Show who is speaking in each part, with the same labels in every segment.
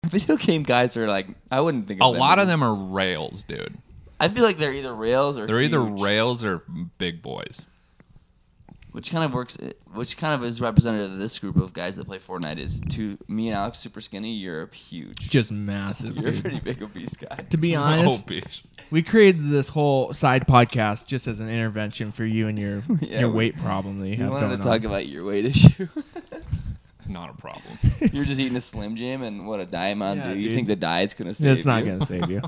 Speaker 1: video game guys are like I wouldn't think
Speaker 2: A
Speaker 1: of
Speaker 2: lot of
Speaker 1: as-
Speaker 2: them are rails, dude.
Speaker 1: I feel like they're either rails or
Speaker 2: They're either
Speaker 1: huge,
Speaker 2: rails or big boys.
Speaker 1: which kind of works. Which kind of is representative of this group of guys that play Fortnite is to me and Alex super skinny. Europe huge.
Speaker 3: Just massive.
Speaker 1: You're a
Speaker 3: Dude.
Speaker 1: pretty big obese guy.
Speaker 3: To be honest,
Speaker 2: Obese.
Speaker 3: we created this whole side podcast just as an intervention for you and your
Speaker 1: Yeah,
Speaker 3: your
Speaker 1: we-
Speaker 3: weight problem that you
Speaker 1: You
Speaker 3: have
Speaker 1: wanted to talk
Speaker 3: going on.
Speaker 1: about your weight issue.
Speaker 2: It's not a problem.
Speaker 1: You're just eating a Slim Jim and what a diet Mountain
Speaker 3: Yeah,
Speaker 1: Dew. You
Speaker 3: dude.
Speaker 1: think the diet's gonna save
Speaker 3: That's not
Speaker 1: you?
Speaker 3: going to save you.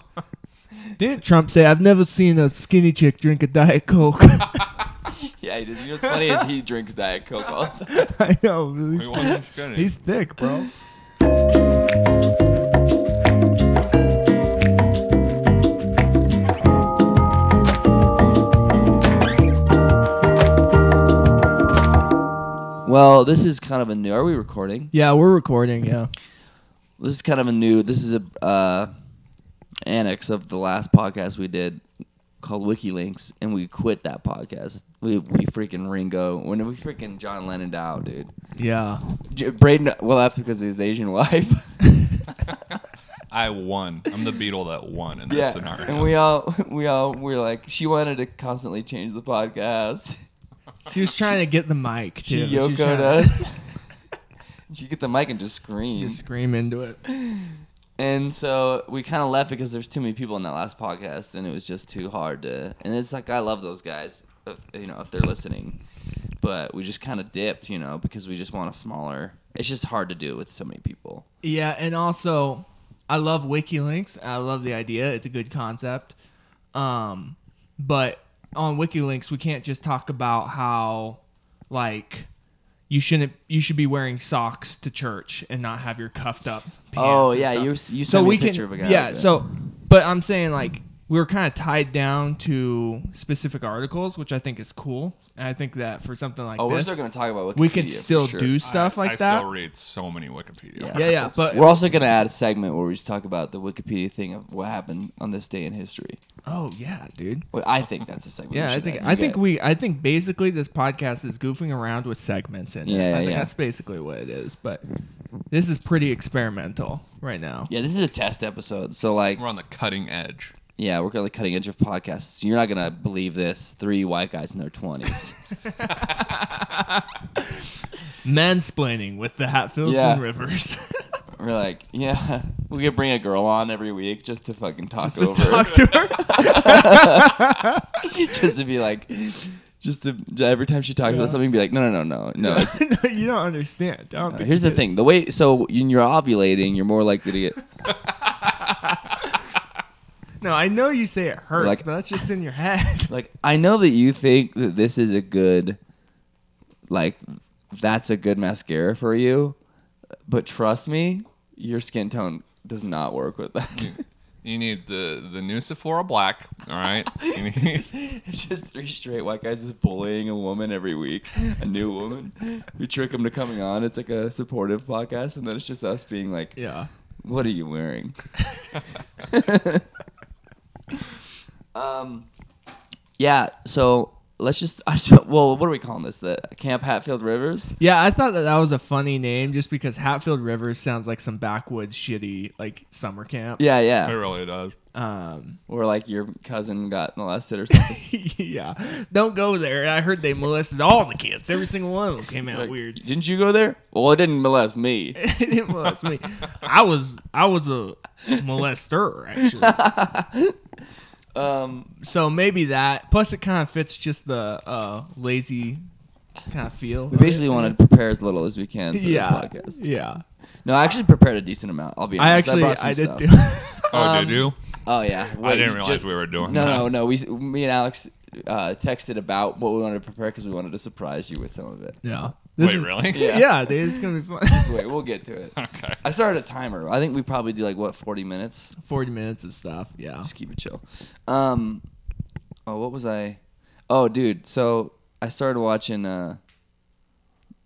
Speaker 3: Didn't Trump say, I've never seen a skinny chick drink a Diet Coke?
Speaker 1: Yeah, he does. You know what's funny is he drinks Diet Coke all the time.
Speaker 3: I know. but
Speaker 2: He wasn't skinny.
Speaker 3: He's, he's thick, bro.
Speaker 1: Well, this is kind of a new. Are we recording?
Speaker 3: Yeah, we're recording. Yeah.
Speaker 1: This is kind of a new. This is a uh, annex of the last podcast we did called WikiLinks, and we quit that podcast. We we freaking Ringo. When did we freaking John Lennon out, dude?
Speaker 3: Yeah.
Speaker 1: J- Braden. Well, after because his Asian wife.
Speaker 2: I won. I'm the beetle that won in this
Speaker 1: yeah,
Speaker 2: scenario.
Speaker 1: and we all we all were like, she wanted to constantly change the podcast.
Speaker 3: She was trying to get the mic, too.
Speaker 1: She
Speaker 3: was
Speaker 1: yokoed
Speaker 3: trying to
Speaker 1: us. she get the mic and just scream.
Speaker 3: Just scream into it.
Speaker 1: And so we kind of left because there's too many people in that last podcast, and it was just too hard to. And it's like I love those guys, if, you know, if they're listening, but we just kind of dipped, you know, because we just want a smaller. It's just hard to do with so many people.
Speaker 3: Yeah, and also I love WikiLinks. I love the idea. It's a good concept. Um, but on WikiLinks, we can't just talk about how like you shouldn't you should be wearing socks to church and not have your cuffed up. Pants
Speaker 1: Oh,
Speaker 3: and
Speaker 1: yeah,
Speaker 3: stuff.
Speaker 1: you- you sent me a picture of a guy
Speaker 3: Yeah,
Speaker 1: like that.
Speaker 3: so but I'm saying like we were kind of tied down to specific articles, which I think is cool. And I think that for something like
Speaker 1: Oh, we're
Speaker 3: this,
Speaker 1: still gonna talk about Wikipedia.
Speaker 3: we can
Speaker 1: for
Speaker 3: still
Speaker 1: sure.
Speaker 3: do stuff
Speaker 2: I,
Speaker 3: like
Speaker 2: I
Speaker 3: that.
Speaker 2: still read so many Wikipedia.
Speaker 3: Yeah, yeah, but-
Speaker 1: we're also gonna add a segment where we just talk about the Wikipedia thing of what happened on this day in history.
Speaker 3: oh yeah, dude.
Speaker 1: Well, I think that's a segment. we
Speaker 3: Yeah, I
Speaker 1: should
Speaker 3: think
Speaker 1: add. You
Speaker 3: I think
Speaker 1: got-
Speaker 3: we I think basically this podcast is goofing around with segments in it.
Speaker 1: Yeah,
Speaker 3: I
Speaker 1: yeah,
Speaker 3: think
Speaker 1: yeah.
Speaker 3: that's basically what it is. But this is pretty experimental right now.
Speaker 1: Yeah, this is a test episode, so like
Speaker 2: We're on the cutting edge.
Speaker 1: Yeah, we're on the cutting edge of podcasts. You're not gonna believe this. Three white guys in their twenties.
Speaker 3: Mansplaining with the Hatfields
Speaker 1: Yeah.
Speaker 3: and Rivers.
Speaker 1: we're like, yeah, we could bring a girl on every week just to fucking talk
Speaker 3: Just to
Speaker 1: over,
Speaker 3: talk to her.
Speaker 1: just to be like, just to every time she talks about something, be like, no, no, no, no, no. It's,
Speaker 3: no, you don't understand. I don't think
Speaker 1: here's
Speaker 3: you
Speaker 1: the thing: the way so when you're ovulating, you're more likely to get
Speaker 3: do. No, I know you say it hurts,
Speaker 1: Like-
Speaker 3: but that's just in your head.
Speaker 1: like. I know that you think that this is a good, like, that's a good mascara for you, but trust me, your skin tone does not work with that.
Speaker 2: You need the the new Sephora Black. All right. You need-
Speaker 1: It's just three straight white guys just bullying a woman every week, a new woman. We trick them to coming on. It's like a supportive podcast, and then it's just us being like,
Speaker 3: yeah.
Speaker 1: "What are you wearing?" um, yeah. So let's just. I just well, what are we calling this? The Camp Hatfield Rivers.
Speaker 3: Yeah, I thought that that was a funny name just because Hatfield Rivers sounds like some backwoods shitty like summer camp.
Speaker 1: Yeah,
Speaker 2: it
Speaker 1: yeah.
Speaker 2: really does.
Speaker 3: Um
Speaker 1: Or like your cousin got molested or something.
Speaker 3: yeah, don't go there. I heard they molested all the kids. Every single one of them came out
Speaker 1: Like,
Speaker 3: weird.
Speaker 1: Didn't you go there? Well, it didn't molest me.
Speaker 3: it molest me. I was I was a molester actually.
Speaker 1: Um,
Speaker 3: So maybe that. Plus, it kind of fits just the uh, lazy kind of feel.
Speaker 1: we basically want to prepare as little as we can for
Speaker 3: yeah,
Speaker 1: this podcast.
Speaker 3: yeah.
Speaker 1: No, I actually prepared a decent amount. I'll be honest.
Speaker 3: I actually
Speaker 1: brought some
Speaker 3: I did
Speaker 1: stuff.
Speaker 3: too.
Speaker 2: Oh,
Speaker 1: Um,
Speaker 2: did you?
Speaker 1: Oh yeah.
Speaker 2: I
Speaker 1: Wait,
Speaker 2: didn't
Speaker 1: you
Speaker 2: realize
Speaker 1: ju-
Speaker 2: we were doing
Speaker 1: No,
Speaker 2: that.
Speaker 1: no, no. We, me and Alex, uh, texted about what we wanted to prepare because we wanted to surprise you with some of it.
Speaker 3: yeah.
Speaker 2: Wait, really?
Speaker 3: Yeah,
Speaker 1: Yeah.
Speaker 3: yeah dude, it's gonna be fun.
Speaker 1: Wait, we'll get to it.
Speaker 2: Okay.
Speaker 1: I started a timer. I think we probably do like what forty minutes.
Speaker 3: Forty minutes of stuff. Yeah.
Speaker 1: Just keep it chill. Um, oh, what was I? Oh, dude. So I started watching uh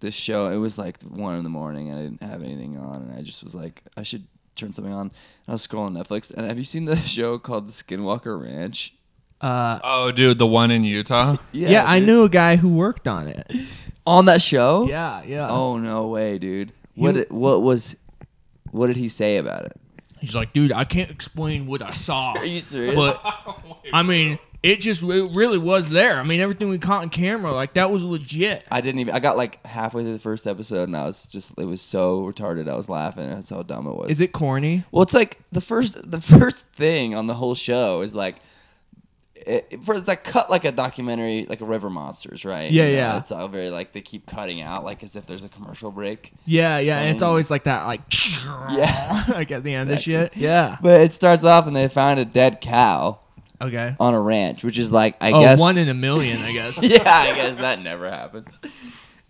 Speaker 1: this show. It was like one in the morning, and I didn't have anything on, and I just was like, I should turn something on. And I was scrolling Netflix, and have you seen the show called The Skinwalker Ranch?
Speaker 3: Uh,
Speaker 2: Oh, dude, the one in Utah.
Speaker 3: yeah, I
Speaker 1: dude.
Speaker 3: knew a guy who worked on it.
Speaker 1: on that show.
Speaker 3: Yeah, yeah.
Speaker 1: Oh no way, dude. What
Speaker 3: You-
Speaker 1: did, what was what did he say about it?
Speaker 3: He's like, dude, I can't explain what I saw.
Speaker 1: Are you serious?
Speaker 3: but I mean, it just it really was there. I mean, everything we caught on camera, like that was legit.
Speaker 1: I didn't even. I got like halfway through the first episode, and I was just. It was so retarded. I was laughing. That's how dumb it was.
Speaker 3: Is it corny?
Speaker 1: Well, it's like the first the first thing on the whole show is like it, it- for like cut like a documentary like a River Monsters, right?
Speaker 3: Yeah,
Speaker 1: You know,
Speaker 3: yeah.
Speaker 1: It's all very like they keep cutting out like as if there's a commercial break.
Speaker 3: Yeah, yeah. And it's
Speaker 1: Um,
Speaker 3: always like that, like Uh-huh.
Speaker 1: Yeah.
Speaker 3: like at the end of shit.
Speaker 1: Exactly.
Speaker 3: Yeah.
Speaker 1: But it starts off and they found a dead cow
Speaker 3: Okay.
Speaker 1: on a ranch, which is like Oh, I
Speaker 3: oh,
Speaker 1: guess
Speaker 3: one in a million, I guess.
Speaker 1: yeah, I guess that never happens.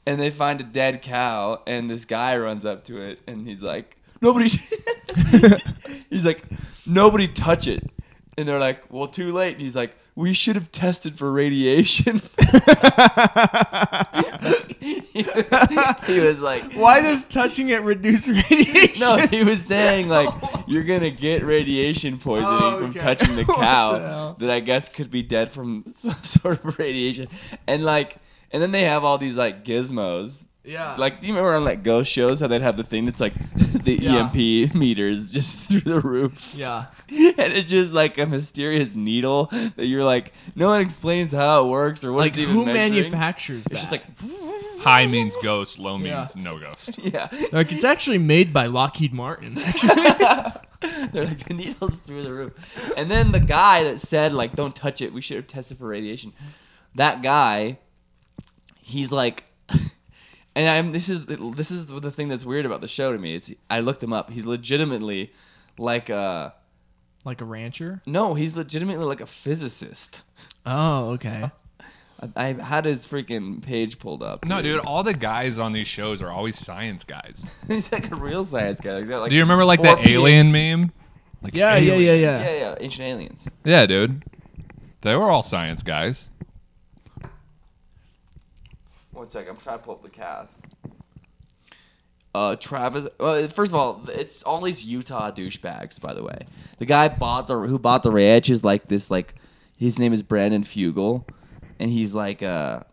Speaker 1: And they find a dead cow, and this guy runs up to it, and he's like, "Nobody." he's like, "Nobody touch it." And they're like, "Well, too late." And he's like, "We should have tested for radiation." he was like,
Speaker 3: Why does touching it reduce radiation?
Speaker 1: no, he was saying like you're gonna get radiation poisoning
Speaker 3: Oh,
Speaker 1: from
Speaker 3: okay.
Speaker 1: touching the
Speaker 3: What the
Speaker 1: cow
Speaker 3: hell?
Speaker 1: that I guess could be dead from some sort of radiation. And like, and then they have all these like gizmos.
Speaker 3: Yeah.
Speaker 1: Like, do you remember on like ghost shows how they'd have the thing that's like the
Speaker 3: Yeah.
Speaker 1: EMP meters just through the roof?
Speaker 3: Yeah.
Speaker 1: and it's just like a mysterious needle that you're like, no one explains how it works or what
Speaker 3: Like
Speaker 1: it's even
Speaker 3: who
Speaker 1: measuring.
Speaker 3: manufactures that?
Speaker 1: It's just like,
Speaker 2: High means ghost, low
Speaker 3: Yeah.
Speaker 2: means no ghost.
Speaker 1: yeah.
Speaker 3: like it's actually made by Lockheed Martin.
Speaker 1: They're like the needles through the roof. And then the guy that said like don't touch it, we should have tested for radiation. That guy, he's like, and I'm this is this is the thing that's weird about the show to me is I looked him up. He's legitimately like a
Speaker 3: like a rancher?
Speaker 1: no, he's legitimately like a physicist.
Speaker 3: Oh, okay.
Speaker 1: I, I had his freaking page pulled up.
Speaker 2: No, dude, all the guys on these shows are always science guys.
Speaker 1: he's like a real science guy. He's got, like,
Speaker 2: Do you remember like
Speaker 1: four
Speaker 2: that alien meme? Like
Speaker 3: Yeah, yeah, yeah,
Speaker 2: aliens.
Speaker 3: yeah.
Speaker 1: Yeah, yeah, ancient aliens.
Speaker 2: Yeah, dude. They were all science guys.
Speaker 1: One sec, I'm trying to pull up the cast. Uh, Travis. Well, first of all, it's all these Utah douchebags. By the way, the guy bought the who bought the ranch is like this. Like his name is Brandon Fugel, and he's like a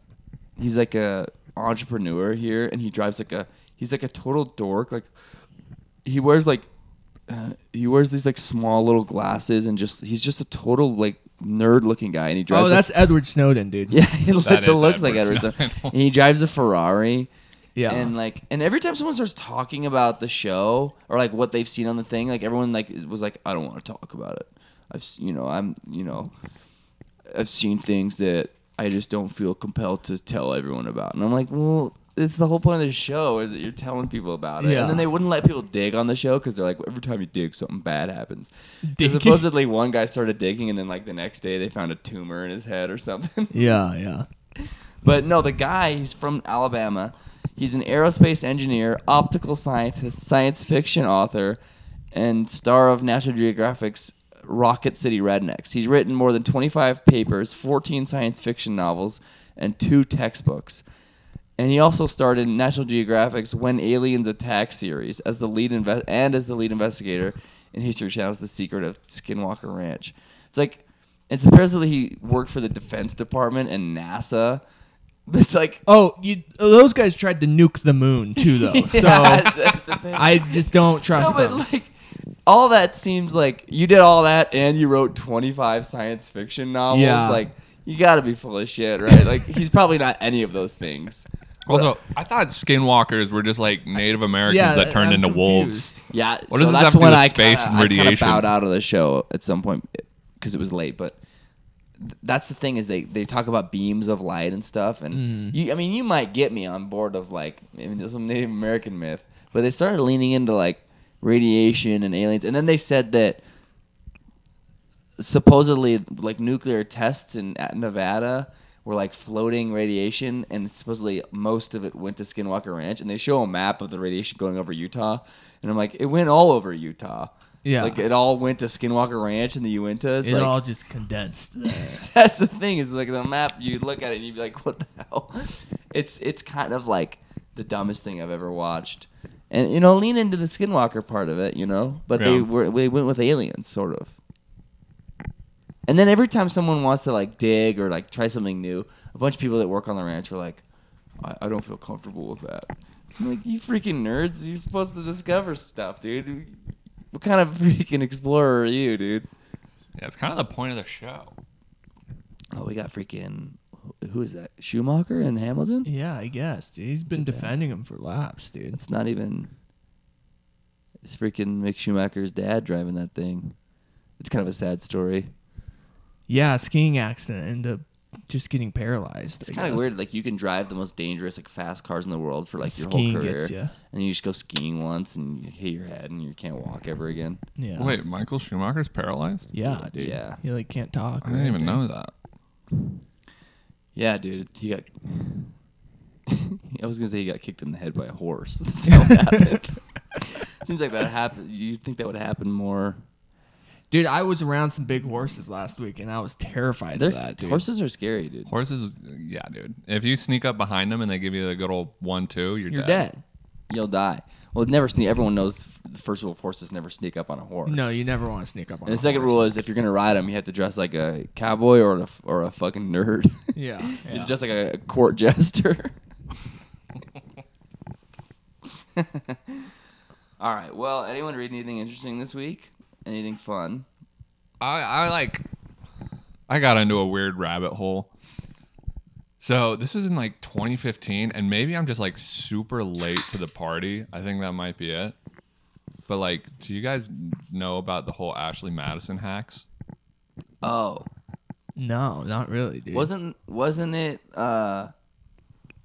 Speaker 1: he's like a entrepreneur here, and he drives like a he's like a total dork. Like he wears like uh, he wears these like small little glasses, and just he's just a total like nerd looking guy, and he drives.
Speaker 3: Oh,
Speaker 1: a
Speaker 3: that's Edward Snowden, dude.
Speaker 1: yeah, it, look,
Speaker 2: That
Speaker 1: it
Speaker 2: is
Speaker 1: looks like
Speaker 2: Edward
Speaker 1: Edward. Snowden.
Speaker 2: Snowden.
Speaker 1: and he drives a Ferrari.
Speaker 3: Yeah.
Speaker 1: And like, and every time someone starts talking about the show or like what they've seen on the thing, like everyone like is- was like, I don't want to talk about it. I've, s- you know, I'm, you know, I've seen things that I just don't feel compelled to tell everyone about. And I'm like, well, it's the whole point of the show is that you're telling people about it.
Speaker 3: Yeah.
Speaker 1: And then they wouldn't let people dig on the show because they're like, every time you dig, something bad happens. 'Cause
Speaker 3: Digging.
Speaker 1: Supposedly, one guy started digging, and then like the next day, they found a tumor in his head or something.
Speaker 3: Yeah, yeah.
Speaker 1: But no, the guy, he's from Alabama. He's an aerospace engineer, optical scientist, science fiction author, and star of National Geographic's Rocket City Rednecks. He's written more than 25 papers, 14 science fiction novels, and two textbooks. And he also starred in National Geographic's When Aliens Attack series as the lead inve- and as the lead investigator in History Channel's The Secret of Skinwalker Ranch. It's like it's impressive that he worked for the Defense Department and NASA. It's like
Speaker 3: Oh, you, those guys tried to nuke the moon too, though.
Speaker 1: Yeah,
Speaker 3: so
Speaker 1: that's the thing.
Speaker 3: I just don't
Speaker 1: no,
Speaker 3: trust
Speaker 1: but
Speaker 3: them.
Speaker 1: like all that seems like you did all that and you wrote 25 science fiction novels
Speaker 3: Yeah.
Speaker 1: like you got to be full of shit, right? Like he's probably not any of those things.
Speaker 2: Also, I thought skinwalkers were just like Native Americans
Speaker 3: Yeah,
Speaker 2: that turned
Speaker 3: I'm
Speaker 2: into wolves.
Speaker 3: confused.
Speaker 1: Yeah,
Speaker 2: What
Speaker 1: so
Speaker 2: does this
Speaker 1: that's
Speaker 2: have to do
Speaker 1: when
Speaker 2: with
Speaker 1: I
Speaker 2: space
Speaker 1: kinda,
Speaker 2: and radiation?
Speaker 1: I kind of bowed out of the show at some point because it was late. But th- that's the thing is they they talk about beams of light and stuff, and
Speaker 2: Mm-hmm.
Speaker 1: you, I mean you might get me on board of like I mean, there's some Native American myth, but they started leaning into like radiation and aliens, and then they said that supposedly like nuclear tests in at Nevada were like floating radiation, and supposedly most of it went to Skinwalker Ranch. And they show a map of the radiation going over Utah, and I'm like, it went all over Utah.
Speaker 3: Yeah.
Speaker 1: like it all went to Skinwalker Ranch and the Uinta. It's
Speaker 3: It
Speaker 1: like,
Speaker 3: all just condensed.
Speaker 1: that's the thing is like the map. You look at it, and you'd be like, what the hell? It's it's kind of like the dumbest thing I've ever watched. And you know, lean into the Skinwalker part of it, you know. But they
Speaker 2: Yeah.
Speaker 1: were they went with aliens, sort of. And then every time someone wants to like dig or like try something new, a bunch of people that work on the ranch are like, I, I don't feel comfortable with that. I'm like, you freaking nerds, you're supposed to discover stuff, dude. What kind of freaking explorer are you, dude?
Speaker 2: Yeah, it's kind of the point of the show.
Speaker 1: Oh, we got freaking who is that? Schumacher and Hamilton?
Speaker 3: Yeah, I guess, dude. He's been defending him for laps, dude.
Speaker 1: It's not even. It's freaking Mick Schumacher's dad driving that thing. It's kind of a sad story.
Speaker 3: Yeah, skiing accident end up just getting paralyzed.
Speaker 1: It's
Speaker 3: I
Speaker 1: kind of
Speaker 3: guess.
Speaker 1: weird. Like you can drive the most dangerous, like fast cars in the world for like your
Speaker 3: Skiing
Speaker 1: whole career,
Speaker 3: gets ya.
Speaker 1: and you just go skiing once and you hit your head and you can't walk ever again.
Speaker 3: Yeah.
Speaker 2: Wait, Michael Schumacher's paralyzed?
Speaker 3: Yeah, dude.
Speaker 1: Yeah.
Speaker 3: He like can't talk.
Speaker 2: I didn't
Speaker 3: or
Speaker 2: even
Speaker 3: anything.
Speaker 2: know that.
Speaker 1: Yeah, dude, he got. I was gonna say he got kicked in the head by a horse. That's how it happened. Seems like that happened. You'd think that would happen more.
Speaker 3: Dude, I was around some big horses last week and I was terrified of that, dude.
Speaker 1: horses are scary, dude.
Speaker 2: Horses, yeah, dude. If you sneak up behind them and they give you the good old one, two, you're,
Speaker 3: You're dead.
Speaker 1: You'll die. Well, never sneak. Everyone knows the first rule of horses: never sneak up on a horse.
Speaker 3: No, you never want to sneak up on
Speaker 1: And the
Speaker 3: a
Speaker 1: second
Speaker 3: horse.
Speaker 1: rule is if you're gonna ride him, you have to dress like a cowboy or a or a fucking nerd.
Speaker 3: Yeah.
Speaker 1: It's just like a court jester. All right. Well, anyone read anything interesting this week? Anything fun?
Speaker 2: I, I like, I got into a weird rabbit hole. So this was in like 2015, and maybe I'm just like super late to the party. I think that might be it. But like, do you guys know about the whole Ashley Madison hacks?
Speaker 1: Oh,
Speaker 3: No, not really, dude.
Speaker 1: wasn't wasn't it uh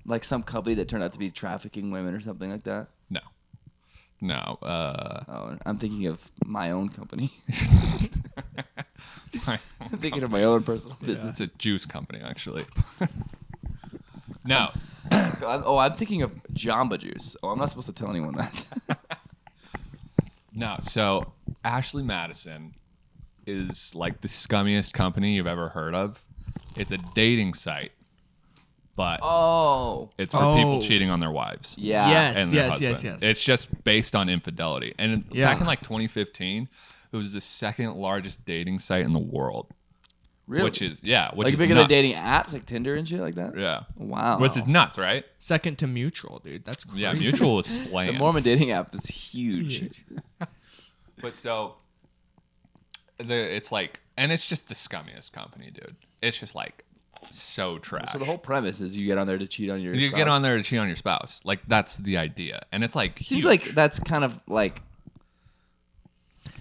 Speaker 1: like some company that turned out to be trafficking women or something like that?
Speaker 2: No, no. Uh,
Speaker 1: Oh, I'm thinking of my own company. I'm thinking of my own personal business.
Speaker 2: it's a juice company actually. no,
Speaker 1: I'm- oh, I'm thinking of Jamba Juice. Oh, I'm not supposed to tell anyone that.
Speaker 2: No, so Ashley Madison is like the scummiest company you've ever heard of. It's a dating site, but
Speaker 1: oh,
Speaker 2: it's for
Speaker 3: Oh.
Speaker 2: people cheating on their wives.
Speaker 1: yeah.
Speaker 3: Yes.
Speaker 2: And their
Speaker 3: yes, yes,
Speaker 2: husband.
Speaker 3: yes.
Speaker 2: It's just based on infidelity. And
Speaker 3: Yeah.
Speaker 2: back in like 2015, it was the second largest dating site in the world.
Speaker 1: Really?
Speaker 2: Which is, yeah. Which
Speaker 1: like
Speaker 2: is
Speaker 1: bigger
Speaker 2: nuts.
Speaker 1: than dating apps like Tinder and shit like that.
Speaker 2: Yeah.
Speaker 1: Wow.
Speaker 2: Which is nuts, right?
Speaker 3: Second to mutual, dude. That's crazy.
Speaker 2: Yeah. Mutual is slaying.
Speaker 1: the Mormon dating app is huge.
Speaker 2: But so the it's like and it's just the scummiest company, dude. It's just like so trash.
Speaker 1: So the whole premise is you get on there to cheat on your.
Speaker 2: you
Speaker 1: spouse.
Speaker 2: get on there to cheat on your spouse. Like that's the idea. And it's like
Speaker 1: Seems
Speaker 2: huge.
Speaker 1: like that's kind of like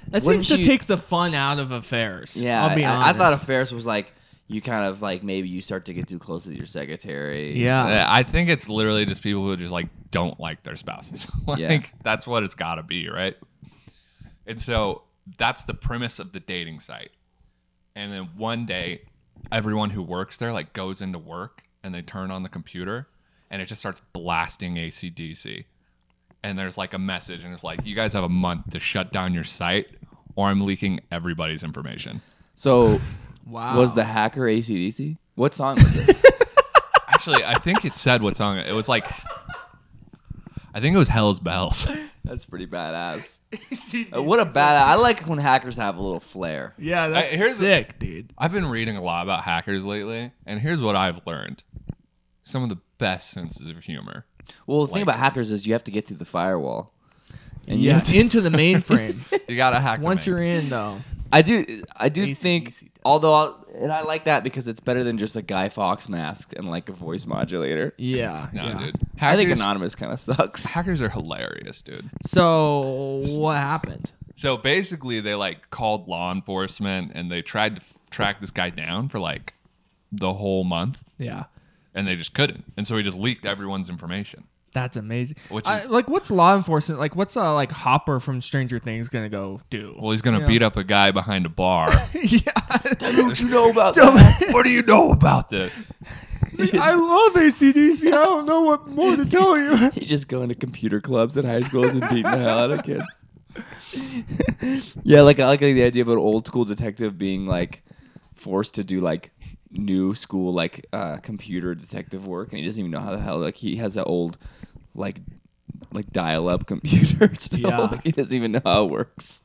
Speaker 3: That
Speaker 1: Wouldn't
Speaker 3: seems to
Speaker 1: you-
Speaker 3: take the fun out of affairs.
Speaker 1: yeah.
Speaker 3: I'll be
Speaker 1: I-
Speaker 3: honest.
Speaker 1: I, I thought affairs was like you kind of like maybe you start to get too close with your secretary.
Speaker 3: yeah.
Speaker 2: Uh, I think it's literally just people who just like don't like their spouses. like
Speaker 1: Yeah.
Speaker 2: that's what it's got to be, right? And so that's the premise of the dating site. And then one day, everyone who works there like goes into work and they turn on the computer and it just starts blasting ACDC. And there's like a message and it's like, you guys have a month to shut down your site or I'm leaking everybody's information.
Speaker 1: So
Speaker 3: Wow.
Speaker 1: was the hacker ACDC? What song was it?
Speaker 2: Actually, I think it said what song it was like. I think it was Hell's Bells.
Speaker 1: that's pretty badass.
Speaker 3: the
Speaker 1: Uh, what a badass! I like when hackers have a little flair.
Speaker 3: Yeah, that's
Speaker 2: Hey, here's the-
Speaker 3: sick, dude.
Speaker 2: I've been reading a lot about hackers lately, and here's what I've learned: some of the best senses of humor.
Speaker 1: Well, the thing about hackers is you have to get through the firewall. And you
Speaker 3: Yeah,
Speaker 1: have to-
Speaker 3: into the mainframe.
Speaker 2: You gotta hack.
Speaker 3: Once you're in, though,
Speaker 1: I do. I do
Speaker 3: AC/DC
Speaker 1: think,
Speaker 3: does.
Speaker 1: although, I'll, and I like that because it's better than just a Guy Fox mask and like a voice modulator.
Speaker 3: yeah,
Speaker 2: no,
Speaker 3: yeah.
Speaker 2: dude. Hackers,
Speaker 1: I think anonymous kind of sucks.
Speaker 2: hackers are hilarious, dude.
Speaker 3: So what happened?
Speaker 2: So basically, they like called law enforcement and they tried to f- track this guy down for like the whole month,
Speaker 3: Yeah,
Speaker 2: and they just couldn't. And so he just leaked everyone's information.
Speaker 3: that's amazing.
Speaker 2: Which
Speaker 3: I-
Speaker 2: is-
Speaker 3: like, what's law enforcement like? What's uh, like Hopper from Stranger Things gonna go do?
Speaker 2: Well, he's gonna
Speaker 3: Yeah.
Speaker 2: beat up a guy behind a bar.
Speaker 3: yeah,
Speaker 1: Don't you know about that?
Speaker 2: what do you know about this?
Speaker 3: I love ACDC. I don't know what more to tell you.
Speaker 1: He's just going to computer clubs in high schools and beating the hell out of kids. yeah, like I like the idea of an old school detective being like forced to do like new school like uh, computer detective work, and he doesn't even know how the hell like he has an old like like dial up computer still.
Speaker 3: Yeah.
Speaker 1: Like, he doesn't even know how it works.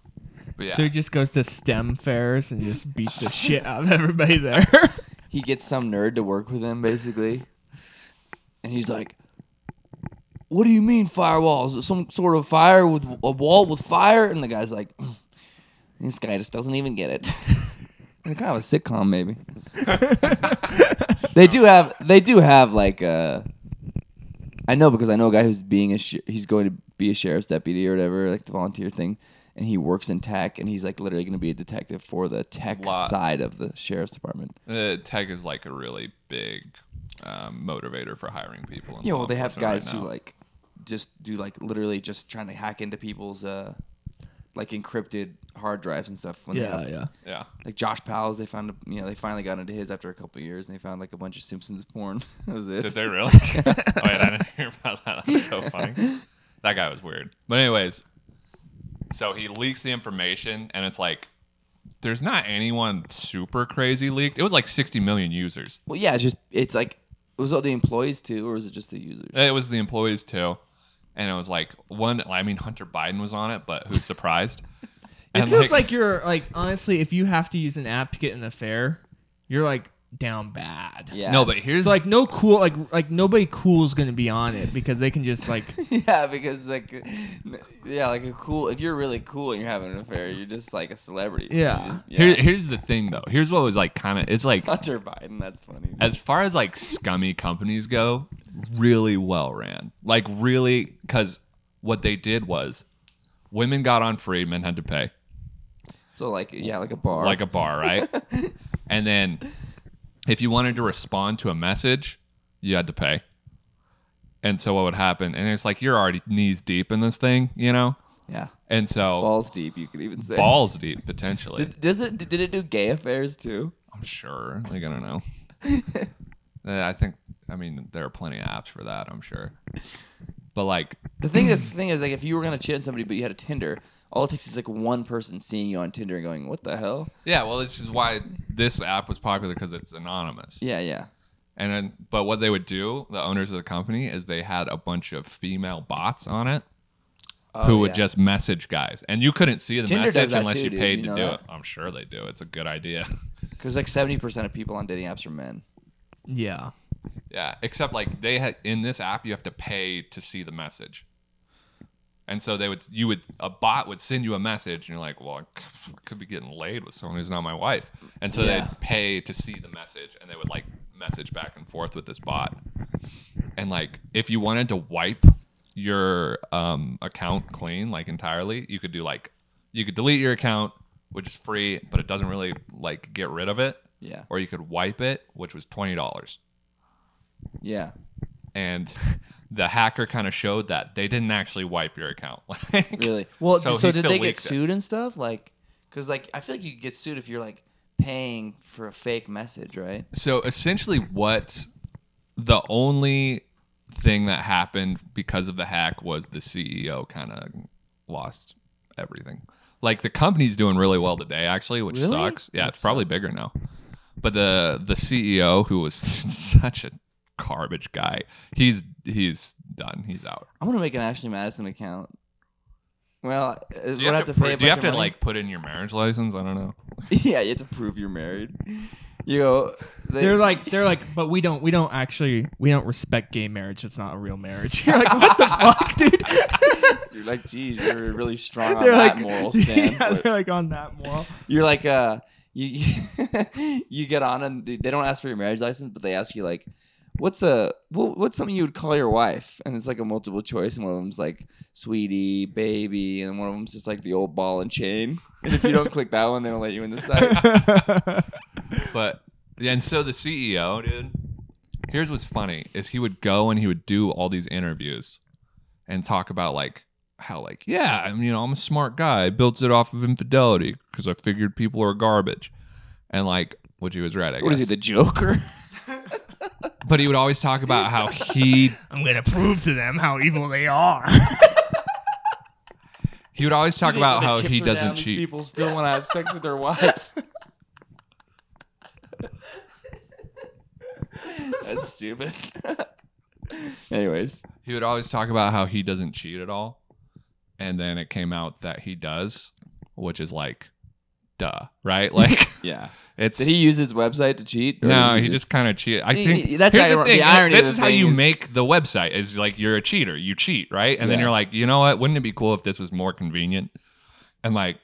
Speaker 2: But yeah,
Speaker 3: So he just goes to STEM fairs and just beats the shit out of everybody there.
Speaker 1: he gets some nerd to work with him basically and he's like "What do you mean firewall? Is it some sort of fire with a wall with fire?" And the guy's like, "Mm, "This guy just doesn't even get it." It's kind of a sitcom, maybe. they do have they do have like a. I know because I know a guy who's being a sh- he's going to be a sheriff's deputy or whatever, like the volunteer thing, and he works in tech, and he's like literally going to be a detective for the tech
Speaker 2: Lot.
Speaker 1: side of the sheriff's department.
Speaker 2: Uh, tech is like a really big um, motivator for hiring people. in
Speaker 1: Yeah,
Speaker 2: law
Speaker 1: well, they have
Speaker 2: enforcement
Speaker 1: guys
Speaker 2: right
Speaker 1: who
Speaker 2: now.
Speaker 1: like just do like literally just trying to hack into people's uh like encrypted hard drives and stuff. When they have,
Speaker 2: yeah.
Speaker 1: Like Josh Powell's, they found you know they finally got into his after a couple of years, and they found like a bunch of Simpsons porn. that was it.
Speaker 2: Did they really? oh, yeah, I didn't hear about that. That's so funny. That guy was weird. But anyways, so he leaks the information, and it's like there's not anyone super crazy leaked. It was like 60 million users.
Speaker 1: Well, yeah, it's just it's like was it the employees too, or is it just the users?
Speaker 2: It was the employees too, and it was like one. I mean, Hunter Biden was on it, but who's surprised?
Speaker 3: It feels like, you're like honestly, if you have to use an app to get an affair, you're like down bad.
Speaker 1: yeah,
Speaker 2: no, but here's
Speaker 3: It's like no cool like like nobody cool is gonna be on it because they can just like
Speaker 1: yeah, because like n- yeah, like a cool. If you're really cool and you're having an affair, you're just like a celebrity.
Speaker 3: Yeah.
Speaker 1: yeah.
Speaker 2: Here, here's the thing though. Here's what was like kind of. It's like
Speaker 1: Hunter Biden, that's funny.
Speaker 2: as far as like scummy companies go, really well ran. Like really, because what they did was women got on free, men had to pay,
Speaker 1: So like yeah, like a bar,
Speaker 2: like a bar, right? and then if you wanted to respond to a message, you had to pay. And so what would happen? And it's like you're already knees deep in this thing, you know.
Speaker 1: yeah,
Speaker 2: And so
Speaker 1: balls deep. You could even say
Speaker 2: balls deep potentially.
Speaker 1: Did, does it? Did it do gay affairs too?
Speaker 2: I'm sure. Like I don't know. Uh, I think. I mean, there are plenty of apps for that. I'm sure. But like,
Speaker 1: The thing that's the thing is like if you were gonna chat on somebody but you had a Tinder, all it takes is like one person seeing you on Tinder and going, "What the hell?"
Speaker 2: yeah. Well, this is why this app was popular because it's anonymous.
Speaker 1: Yeah, yeah.
Speaker 2: And then, but what they would do, the owners of the company, is they had a bunch of female bots on it who would
Speaker 1: Oh, yeah.
Speaker 2: just message guys, and you couldn't see the
Speaker 1: Tinder does
Speaker 2: message
Speaker 1: that
Speaker 2: unless
Speaker 1: too,
Speaker 2: you
Speaker 1: dude.
Speaker 2: paid
Speaker 1: You
Speaker 2: to
Speaker 1: know
Speaker 2: do
Speaker 1: that?
Speaker 2: it. I'm sure they do. It's a good idea.
Speaker 1: Because like seventy percent of people on dating apps are men.
Speaker 3: yeah.
Speaker 2: Yeah, except like they had in this app, you have to pay to see the message, and so they would you would a bot would send you a message, and you're like, well, I c- could be getting laid with someone who's not my wife, and so
Speaker 1: Yeah.
Speaker 2: they'd pay to see the message, and they would like message back and forth with this bot, and like if you wanted to wipe your um, account clean, like entirely, you could do like you could delete your account, which is free, but it doesn't really like get rid of it,
Speaker 1: Yeah,
Speaker 2: or you could wipe it, which was twenty dollars
Speaker 1: yeah.
Speaker 2: and the hacker kind of showed that they didn't actually wipe your account. Like,
Speaker 1: Really? Well,
Speaker 2: So
Speaker 1: so,
Speaker 2: he
Speaker 1: did
Speaker 2: still
Speaker 1: they get
Speaker 2: leaked it.
Speaker 1: sued and stuff? Like, because like I feel like you could get sued if you're like paying for a fake message, right?
Speaker 2: So essentially, what the only thing that happened because of the hack was the CEO kind of lost everything. Like the company's doing really well today, actually, which
Speaker 1: Really?
Speaker 2: sucks. Yeah,
Speaker 1: That
Speaker 2: it's probably bigger now. But the the CEO who was such a garbage guy, he's he's done. He's out.
Speaker 1: I'm gonna make an Ashley Madison account. Well, is
Speaker 2: Do you
Speaker 1: what I
Speaker 2: have, to,
Speaker 1: pay? a
Speaker 2: pr- do you have
Speaker 1: bunch
Speaker 2: to
Speaker 1: of money?
Speaker 2: like put in your marriage license? I don't know.
Speaker 1: yeah, you have to prove you're married. You know, they,
Speaker 3: They're like they're like, but we don't we don't actually we don't respect gay marriage. It's not a real marriage. You're like, what the fuck, dude?
Speaker 1: you're like, geez, you're really strong on
Speaker 3: they're
Speaker 1: that
Speaker 3: like
Speaker 1: moral stand.
Speaker 3: Yeah,
Speaker 1: but
Speaker 3: they're like on that moral.
Speaker 1: you're like, uh, you you get on and they they don't ask for your marriage license, but they ask you like, what's a wha- what's something you would call your wife? And it's like a multiple choice, and one of them's like, sweetie, baby, and one of them's just like the old ball and chain. And if you don't click that one, they don't let you in the site.
Speaker 2: But and so the CEO, dude. Here's what's funny is he would go and he would do all these interviews and talk about like how like yeah I mean you know I'm a smart guy I built it off of infidelity because I figured people are garbage and like which he was right I guess
Speaker 1: What is he, the Joker?
Speaker 2: but he would always talk about how he
Speaker 3: I'm gonna prove to them how evil they are.
Speaker 2: he would always talk
Speaker 1: Think
Speaker 2: about
Speaker 1: when the
Speaker 2: how
Speaker 1: chips
Speaker 2: he
Speaker 1: are down,
Speaker 2: doesn't
Speaker 1: these
Speaker 2: cheat
Speaker 1: People still want to have sex with their wives. That's stupid. Anyways,
Speaker 2: he would always talk about how he doesn't cheat at all and then it came out that he does which is like duh right like
Speaker 1: yeah,
Speaker 2: It's
Speaker 1: Did he use his website to cheat? or
Speaker 2: no,
Speaker 1: did
Speaker 2: he just kind of cheated. I
Speaker 1: See,
Speaker 2: think
Speaker 1: that's
Speaker 2: here's
Speaker 1: how-
Speaker 2: the, thing.
Speaker 1: the irony
Speaker 2: This
Speaker 1: of
Speaker 2: is
Speaker 1: the
Speaker 2: how
Speaker 1: thing
Speaker 2: you
Speaker 1: is-
Speaker 2: make the website is like you're a cheater. You cheat, right? And then
Speaker 1: Yeah.
Speaker 2: you're like, you know what? Wouldn't it be cool if this was more convenient? And like,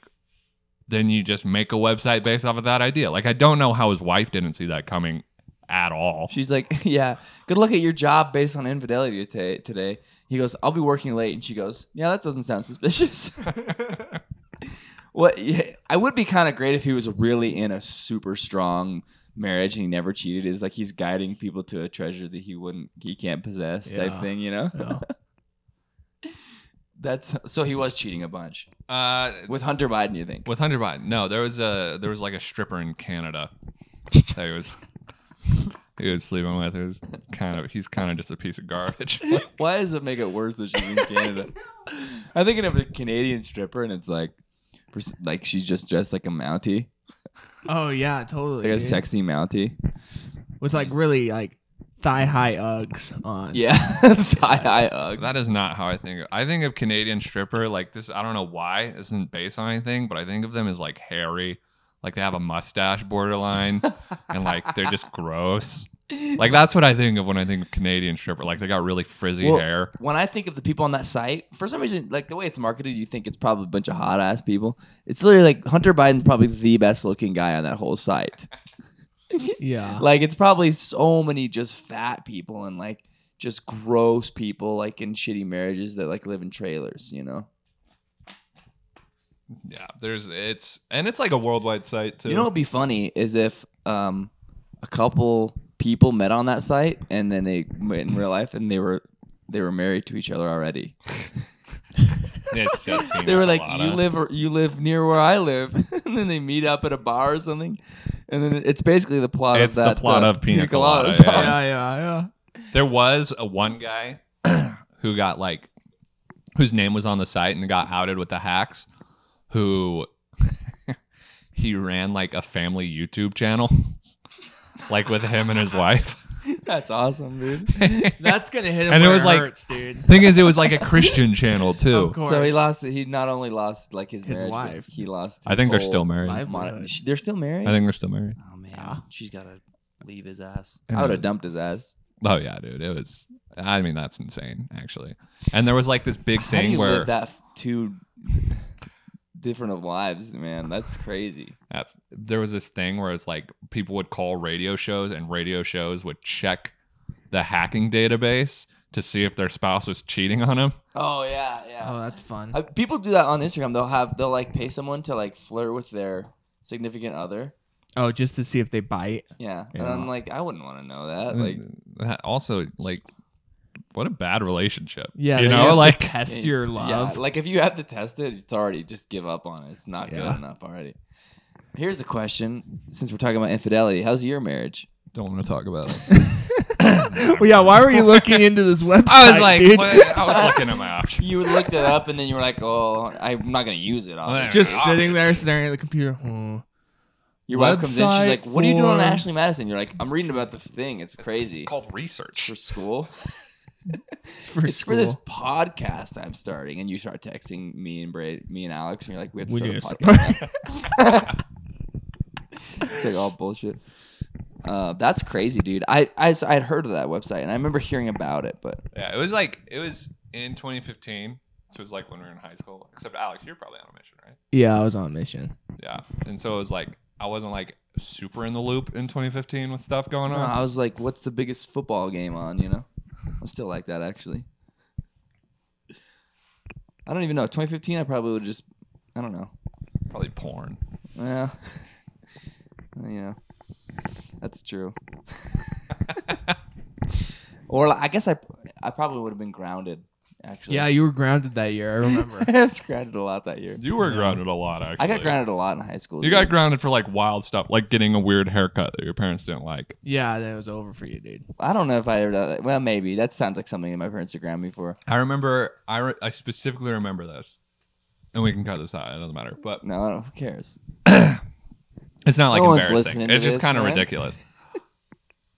Speaker 2: then you just make a website based off of that idea. Like, I don't know how his wife didn't see that coming at all.
Speaker 1: She's like, yeah, good luck at your job based on infidelity today. Today, he goes, I'll be working late, and she goes, Yeah, that doesn't sound suspicious. what? Yeah, I would be kind of great if he was really in a super strong marriage and he never cheated. Is like he's guiding people to a treasure that he wouldn't, he can't possess, type
Speaker 3: Yeah.
Speaker 1: thing. You know?
Speaker 3: No.
Speaker 1: That's so he was cheating a bunch
Speaker 2: Uh,
Speaker 1: with Hunter Biden. You think?
Speaker 2: with Hunter Biden, no, there was a there was like a stripper in Canada. that he was he was sleeping with. It was kind of he's kind of just a piece of garbage.
Speaker 1: Why does it make it worse that she's in Canada? I'm thinking of a Canadian stripper, and it's like, pers- like she's just dressed like a Mountie,
Speaker 3: Oh yeah, totally.
Speaker 1: like a
Speaker 3: dude.
Speaker 1: sexy Mountie.
Speaker 3: With like really like thigh high Uggs on.
Speaker 1: Yeah, thigh high Uggs.
Speaker 2: That is not how I think. Of, I think of Canadian stripper like this. I don't know why. It isn't based on anything, but I think of them as like hairy, like they have a mustache borderline, and like they're just gross. Like that's what I think of when I think of Canadian stripper. Like they got really frizzy
Speaker 1: Well,
Speaker 2: hair.
Speaker 1: When I think of the people on that site, for some reason, like the way it's marketed, you think it's probably a bunch of hot ass people. It's literally like Hunter Biden's probably the best looking guy on that whole site.
Speaker 3: Yeah.
Speaker 1: like it's probably so many just fat people and like just gross people like in shitty marriages that like live in trailers, you know.
Speaker 2: Yeah, there's it's and it's like a worldwide site too.
Speaker 1: You know what'd be funny is if um a couple people met on that site and then they met in real life and they were they were married to each other already.
Speaker 2: it's just
Speaker 1: They were like, "You live or, you live near where I live," and then they meet up at a bar or something, and then it's basically the plot
Speaker 2: It's
Speaker 1: of
Speaker 2: the
Speaker 1: that.
Speaker 2: plot
Speaker 1: uh,
Speaker 2: of Pina Colada,
Speaker 1: song.
Speaker 2: yeah.
Speaker 3: yeah, yeah, yeah.
Speaker 2: There was a one guy who got like whose name was on the site and got outed with the hacks who he ran like a family YouTube channel like with him and his wife.
Speaker 1: That's awesome, dude.
Speaker 3: That's gonna hit him
Speaker 2: And it
Speaker 3: where
Speaker 2: was like-
Speaker 3: hurts, dude.
Speaker 2: Thing is it was like a Christian channel too.
Speaker 3: Of course.
Speaker 1: So he lost. He not only lost like his,
Speaker 3: His
Speaker 1: marriage, but
Speaker 3: wife.
Speaker 1: He lost.
Speaker 2: I think they're
Speaker 1: his
Speaker 2: still
Speaker 1: whole
Speaker 2: married.
Speaker 3: Live-
Speaker 1: mon- Sh- they're still married.
Speaker 2: I think they're still married.
Speaker 1: Oh man, she's gotta leave his ass. I would have dumped his ass.
Speaker 2: Oh yeah, dude. It was I mean that's insane actually. And there was like this big
Speaker 1: How do
Speaker 2: thing
Speaker 1: you
Speaker 2: where
Speaker 1: live that f- two different of lives, man? That's crazy.
Speaker 2: That's there was this thing where it's like people would call radio shows and radio shows would check the hacking database to see if their spouse was cheating on them.
Speaker 1: Oh yeah, yeah.
Speaker 3: Oh, that's fun.
Speaker 1: Uh, people do that on Instagram. They'll have they'll like pay someone to like flirt with their significant other.
Speaker 3: Oh, just to see if they bite.
Speaker 1: Yeah, and
Speaker 2: Yeah.
Speaker 1: I'm like, I wouldn't want to know that.
Speaker 3: Mm.
Speaker 1: Like,
Speaker 2: That also like what a bad relationship.
Speaker 3: Yeah,
Speaker 2: you
Speaker 3: they
Speaker 2: know,
Speaker 3: have to
Speaker 2: like
Speaker 3: test your
Speaker 1: it's-
Speaker 3: love.
Speaker 1: Yeah, like if you have to test it, it's already just give up on it. It's not
Speaker 3: Yeah.
Speaker 1: good enough already. Here's a question: Since we're talking about infidelity, how's your marriage?
Speaker 2: don't want to talk about it.
Speaker 3: Well, yeah, why were you looking into this website?
Speaker 2: I was like,
Speaker 3: dude?
Speaker 2: what- I was looking at my options.
Speaker 1: You looked it up, and then you were like, "Oh, I'm not gonna use it." Obviously.
Speaker 3: just
Speaker 2: Obviously.
Speaker 3: sitting there staring at the computer. Hmm.
Speaker 1: Your wife comes in, she's
Speaker 3: Website
Speaker 1: like, "What are you doing on
Speaker 3: for-
Speaker 1: Ashley Madison?" You're like, "I'm reading about the thing. It's crazy."
Speaker 2: It's called research.
Speaker 1: for school.
Speaker 3: It's for
Speaker 1: it's for this podcast I'm starting, and you start texting me and Bra- me and Alex, and you're like, we have to
Speaker 3: We
Speaker 1: start a
Speaker 3: need to
Speaker 1: podcast. it's like all bullshit. Uh, that's crazy, dude. I I I had heard of that website, and I remember hearing about it, but
Speaker 2: Yeah, it was like it was in 2015. So it was like when we were in high school. Except Alex, you're probably on a mission, right?
Speaker 3: Yeah, I was on a mission.
Speaker 2: Yeah. And so it was like I wasn't like super in the loop in 2015 with stuff going
Speaker 1: no,
Speaker 2: on.
Speaker 1: I was like, what's the biggest football game on? You know, I'm still like that actually. I don't even know. 2015, I probably would just, I don't know.
Speaker 2: Probably porn.
Speaker 1: Well, you know, that's true. or like, I guess I I probably would have been grounded actually.
Speaker 3: Yeah, you were grounded that year. I remember.
Speaker 1: I was grounded a lot that year.
Speaker 2: You were grounded a lot, actually.
Speaker 1: I got grounded a lot in high school.
Speaker 2: You got
Speaker 1: dude.
Speaker 2: grounded for like wild stuff, like getting a weird haircut that your parents didn't like.
Speaker 3: yeah, that was over for you, dude.
Speaker 1: I don't know if I ever. done that. Well, maybe that sounds like something that my parents would ground me for.
Speaker 2: I remember, I, re- I specifically remember this, and we can cut this out. It doesn't matter, but
Speaker 1: No, I don't, who cares?
Speaker 2: it's not like
Speaker 1: No one's
Speaker 2: embarrassing.
Speaker 1: listening to
Speaker 2: It's just
Speaker 1: this,
Speaker 2: kind of
Speaker 1: man.
Speaker 2: ridiculous.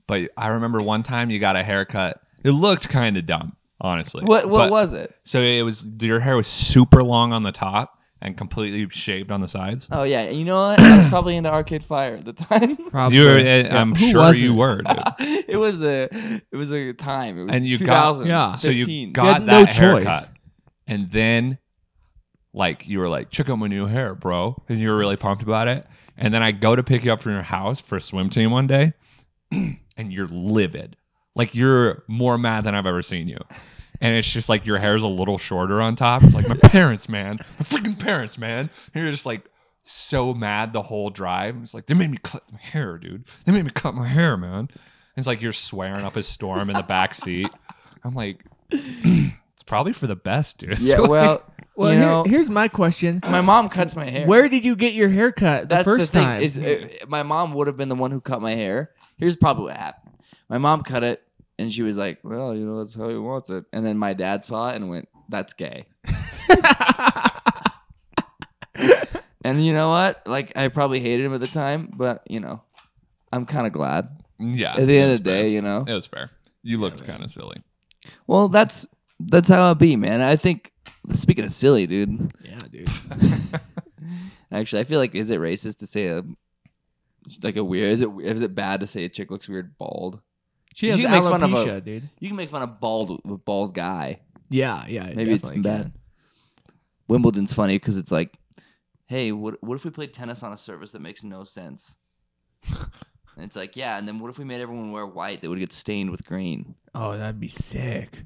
Speaker 2: But I remember one time you got a haircut. It looked kind of dumb, honestly.
Speaker 1: What what
Speaker 2: But-
Speaker 1: was it?
Speaker 2: So it was your hair was super long on the top, and completely shaved on the sides?
Speaker 1: Oh yeah, and you know what? I was probably into Arcade Fire at the time.
Speaker 3: Probably.
Speaker 2: You were, eh, I'm
Speaker 3: Who
Speaker 2: sure
Speaker 3: wasn't?
Speaker 2: you were. dude.
Speaker 1: it was a it was a time. It was
Speaker 2: And you got
Speaker 1: 2000,
Speaker 3: yeah.
Speaker 2: so you
Speaker 1: 15.
Speaker 2: got that
Speaker 3: had no
Speaker 2: haircut,
Speaker 3: choice.
Speaker 2: and then like you were like, check out my new hair, bro, and you were really pumped about it. And then I go to pick you up from your house for a swim team one day, and you're livid, like you're more mad than I've ever seen you. And it's just like your hair's a little shorter on top. It's like my parents, man, my freaking parents, man. And you're just like so mad the whole drive. It's like they made me cut my hair, dude. They made me cut my hair, man. It's like you're swearing up a storm in the back seat. I'm like, it's probably for the best, dude.
Speaker 1: yeah. Well,
Speaker 3: Well,
Speaker 1: you
Speaker 3: here-
Speaker 1: know,
Speaker 3: here's my question:
Speaker 1: my mom cuts my hair.
Speaker 3: Where did you get your haircut the
Speaker 1: That's
Speaker 3: first
Speaker 1: the thing
Speaker 3: time?
Speaker 1: is, uh, my mom would have been the one who cut my hair. Here's probably what happened. My mom cut it, and she was like, "Well, you know, that's how he wants it." And then my dad saw it and went, "That's gay." and you know what? Like, I probably hated him at the time, but you know, I'm kind of glad.
Speaker 2: yeah.
Speaker 1: At the
Speaker 2: it
Speaker 1: end
Speaker 2: was
Speaker 1: of the day,
Speaker 2: fair.
Speaker 1: you know.
Speaker 2: it was fair. You looked kind of silly.
Speaker 1: Well, that's that's how I be, man. I think speaking of silly, dude.
Speaker 3: yeah, dude.
Speaker 1: Actually, I feel like is it racist to say a it's like a weird is it is it bad to say a chick looks weird bald?
Speaker 3: She
Speaker 1: You
Speaker 3: has
Speaker 1: can make fun of a-
Speaker 3: alopecia, dude.
Speaker 1: You can make fun of bald a bald guy.
Speaker 3: Yeah, yeah. it
Speaker 1: Maybe it's
Speaker 3: definitely
Speaker 1: bad.
Speaker 3: can.
Speaker 1: Wimbledon's funny because it's like, hey, what what if we played tennis on a surface that makes no sense? and it's like, yeah, and then what if we made everyone wear white that would get stained with green?
Speaker 3: Oh, that'd be sick,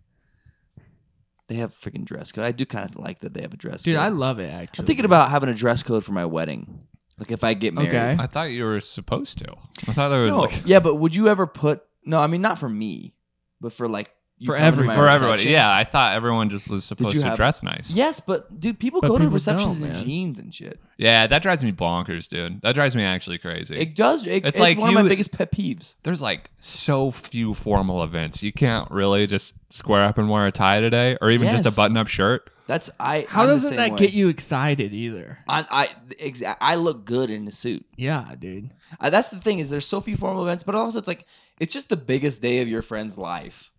Speaker 1: They have freaking dress code. I do kind of like that they have a dress
Speaker 3: dude.
Speaker 1: code.
Speaker 3: I love it. Actually,
Speaker 1: I'm thinking about having a dress code for my wedding. Like if I get married.
Speaker 3: Okay.
Speaker 2: I thought you were supposed to. I thought there was
Speaker 1: No,
Speaker 2: like
Speaker 1: yeah, but would you ever put? No, I mean not for me, but for like you
Speaker 3: For
Speaker 1: coming to
Speaker 3: every-
Speaker 1: my
Speaker 2: for everybody.
Speaker 1: reception.
Speaker 2: Yeah, I thought everyone just was supposed
Speaker 1: you
Speaker 2: to
Speaker 1: have-
Speaker 2: dress nice.
Speaker 1: Yes, but dude, people
Speaker 3: But
Speaker 1: go to
Speaker 3: people
Speaker 1: receptions
Speaker 3: don't,
Speaker 1: in
Speaker 3: man.
Speaker 1: jeans and shit.
Speaker 2: Yeah, that drives me bonkers, dude. That drives me actually crazy.
Speaker 1: It does. It, it's,
Speaker 2: It's like
Speaker 1: one of my
Speaker 2: you-
Speaker 1: biggest pet peeves.
Speaker 2: There's like so few formal events. You can't really just square up and wear a tie today, or even just
Speaker 1: Yes.
Speaker 2: a button-up shirt.
Speaker 1: That's I.
Speaker 3: How
Speaker 1: I'm the
Speaker 3: doesn't
Speaker 1: same
Speaker 3: that
Speaker 1: way.
Speaker 3: get you excited either?
Speaker 1: I I exa- I look good in a suit.
Speaker 3: Yeah, dude.
Speaker 1: Uh, that's the thing is there's so few formal events, but also it's like it's just the biggest day of your friend's life.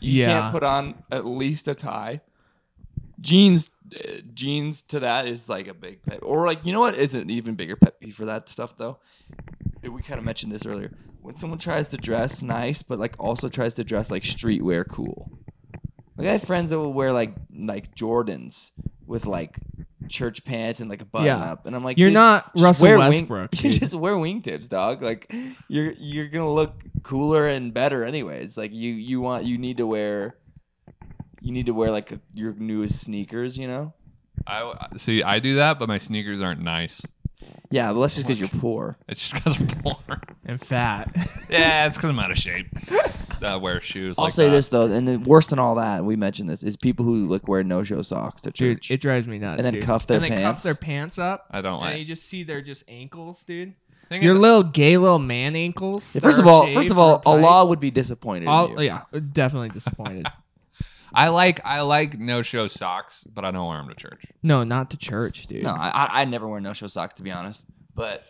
Speaker 1: You
Speaker 3: yeah.
Speaker 1: can't put on at least a tie. Jeans, uh, jeans to that is like a big pet, or like you know what is an even bigger pet peeve for that stuff though. We kind of mentioned this earlier. When someone tries to dress nice, but like also tries to dress like streetwear cool. Like I have friends that will wear like like Jordans with like church pants and like a button up, and I'm like,
Speaker 3: You're
Speaker 1: "Dude,
Speaker 3: not
Speaker 1: just
Speaker 3: Russell
Speaker 1: wear wing-
Speaker 3: Westbrook.
Speaker 1: you
Speaker 3: dude.
Speaker 1: just wear wingtips, dog. Like you're you're gonna look cooler and better anyways. Like you you want you need to wear you need to wear like your newest sneakers. You know.
Speaker 2: I see. I do that, but my sneakers aren't nice.
Speaker 1: Yeah, but that's just because you're poor.
Speaker 2: It's just because I'm poor.
Speaker 3: and fat.
Speaker 2: yeah, it's because I'm out of shape. I wear shoes.
Speaker 1: I'll
Speaker 2: like
Speaker 1: say
Speaker 2: that.
Speaker 1: this though, and then worse than all that, we mentioned this is people who like wear no show socks to
Speaker 3: dude,
Speaker 1: church
Speaker 3: it drives me nuts.
Speaker 1: and then
Speaker 3: dude.
Speaker 1: cuff their
Speaker 3: and then cuff
Speaker 1: pants.
Speaker 3: their pants up.
Speaker 2: I don't
Speaker 3: and
Speaker 2: like.
Speaker 3: you just see their just ankles, dude.
Speaker 2: Thing
Speaker 3: Your
Speaker 2: is,
Speaker 3: little gay little man ankles.
Speaker 1: Yeah, first
Speaker 3: that
Speaker 1: of
Speaker 3: are
Speaker 1: all, first
Speaker 3: shaved
Speaker 1: of all,
Speaker 3: or tight.
Speaker 1: Allah would be disappointed. in you.
Speaker 3: All, yeah, definitely disappointed.
Speaker 2: I like I like no show socks, but I don't wear them to church.
Speaker 3: no, not to church, dude.
Speaker 1: No, I, I- I never wear no show socks to be honest. But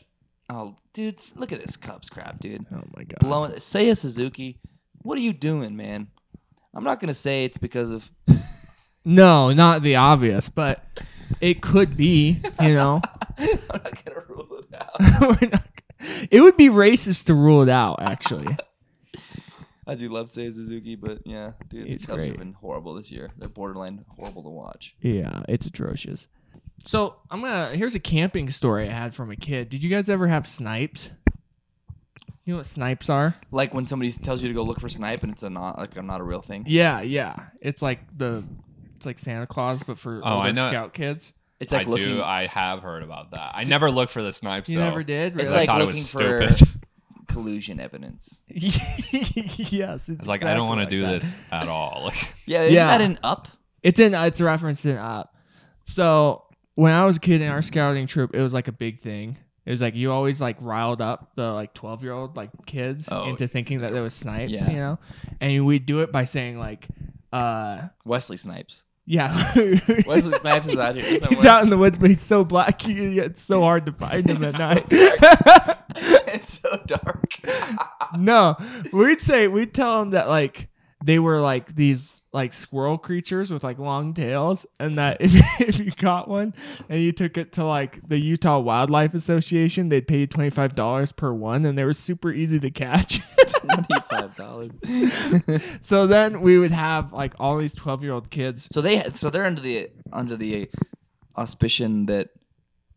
Speaker 1: oh, dude, look at this Cubs crap, dude.
Speaker 3: Oh my god.
Speaker 1: blowing say a Suzuki. What are you doing, man? I'm not gonna say it's because of
Speaker 3: No, not the obvious, but it could be. You know,
Speaker 1: I'm not gonna rule it out.
Speaker 3: We're not- it would be racist to rule it out. Actually,
Speaker 1: I do love Seiya Suzuki, but yeah, dude,
Speaker 3: He's
Speaker 1: the Cubs
Speaker 3: great.
Speaker 1: have been horrible this year. They're borderline horrible to watch.
Speaker 3: yeah, it's atrocious. So I'm gonna. Here's a camping story I had from a kid. Did you guys ever have snipes? You know what snipes are?
Speaker 1: Like when somebody tells you to go look for snipe and it's a not like I'm not a real thing.
Speaker 3: Yeah, yeah. It's like the, it's like Santa Claus, but for
Speaker 2: Oh, I
Speaker 3: older
Speaker 2: know.
Speaker 3: scout kids.
Speaker 1: It's like
Speaker 2: I
Speaker 1: looking.
Speaker 2: do. I have heard about that. I never look for the snipes.
Speaker 3: You
Speaker 2: though.
Speaker 3: never did.
Speaker 1: It's
Speaker 2: I
Speaker 1: like
Speaker 2: thought it
Speaker 1: looking
Speaker 2: was
Speaker 1: for-
Speaker 2: stupid.
Speaker 1: collusion evidence.
Speaker 3: yes, it's
Speaker 2: It's like I don't want to do
Speaker 3: this.
Speaker 2: this at all. Like,
Speaker 1: Yeah, isn't
Speaker 3: Yeah.
Speaker 1: that an up?
Speaker 3: It's in. uh, It's a reference in up. So when I was a kid in our scouting troop, it was like a big thing. It was like you always like riled up the like twelve year old like kids
Speaker 1: Oh,
Speaker 3: into thinking that there was snipes,
Speaker 1: yeah.
Speaker 3: you know. And we do it by saying like, uh,
Speaker 1: Wesley Snipes.
Speaker 3: yeah.
Speaker 1: Wesley Snipes is out here
Speaker 3: He's
Speaker 1: somewhere.
Speaker 3: out in the woods, but he's so black. you- you- It's so hard to find him at
Speaker 1: It's so
Speaker 3: night.
Speaker 1: it's so dark.
Speaker 3: no, we'd say we'd tell him that like they were like these like squirrel creatures with like long tails and that if, if you got one and you took it to like the utah wildlife association they'd pay you $25 per one and they were super easy to catch
Speaker 1: Twenty-five dollars.
Speaker 3: so then we would have like all these 12 year old kids
Speaker 1: so they so they're under the under the auspicion that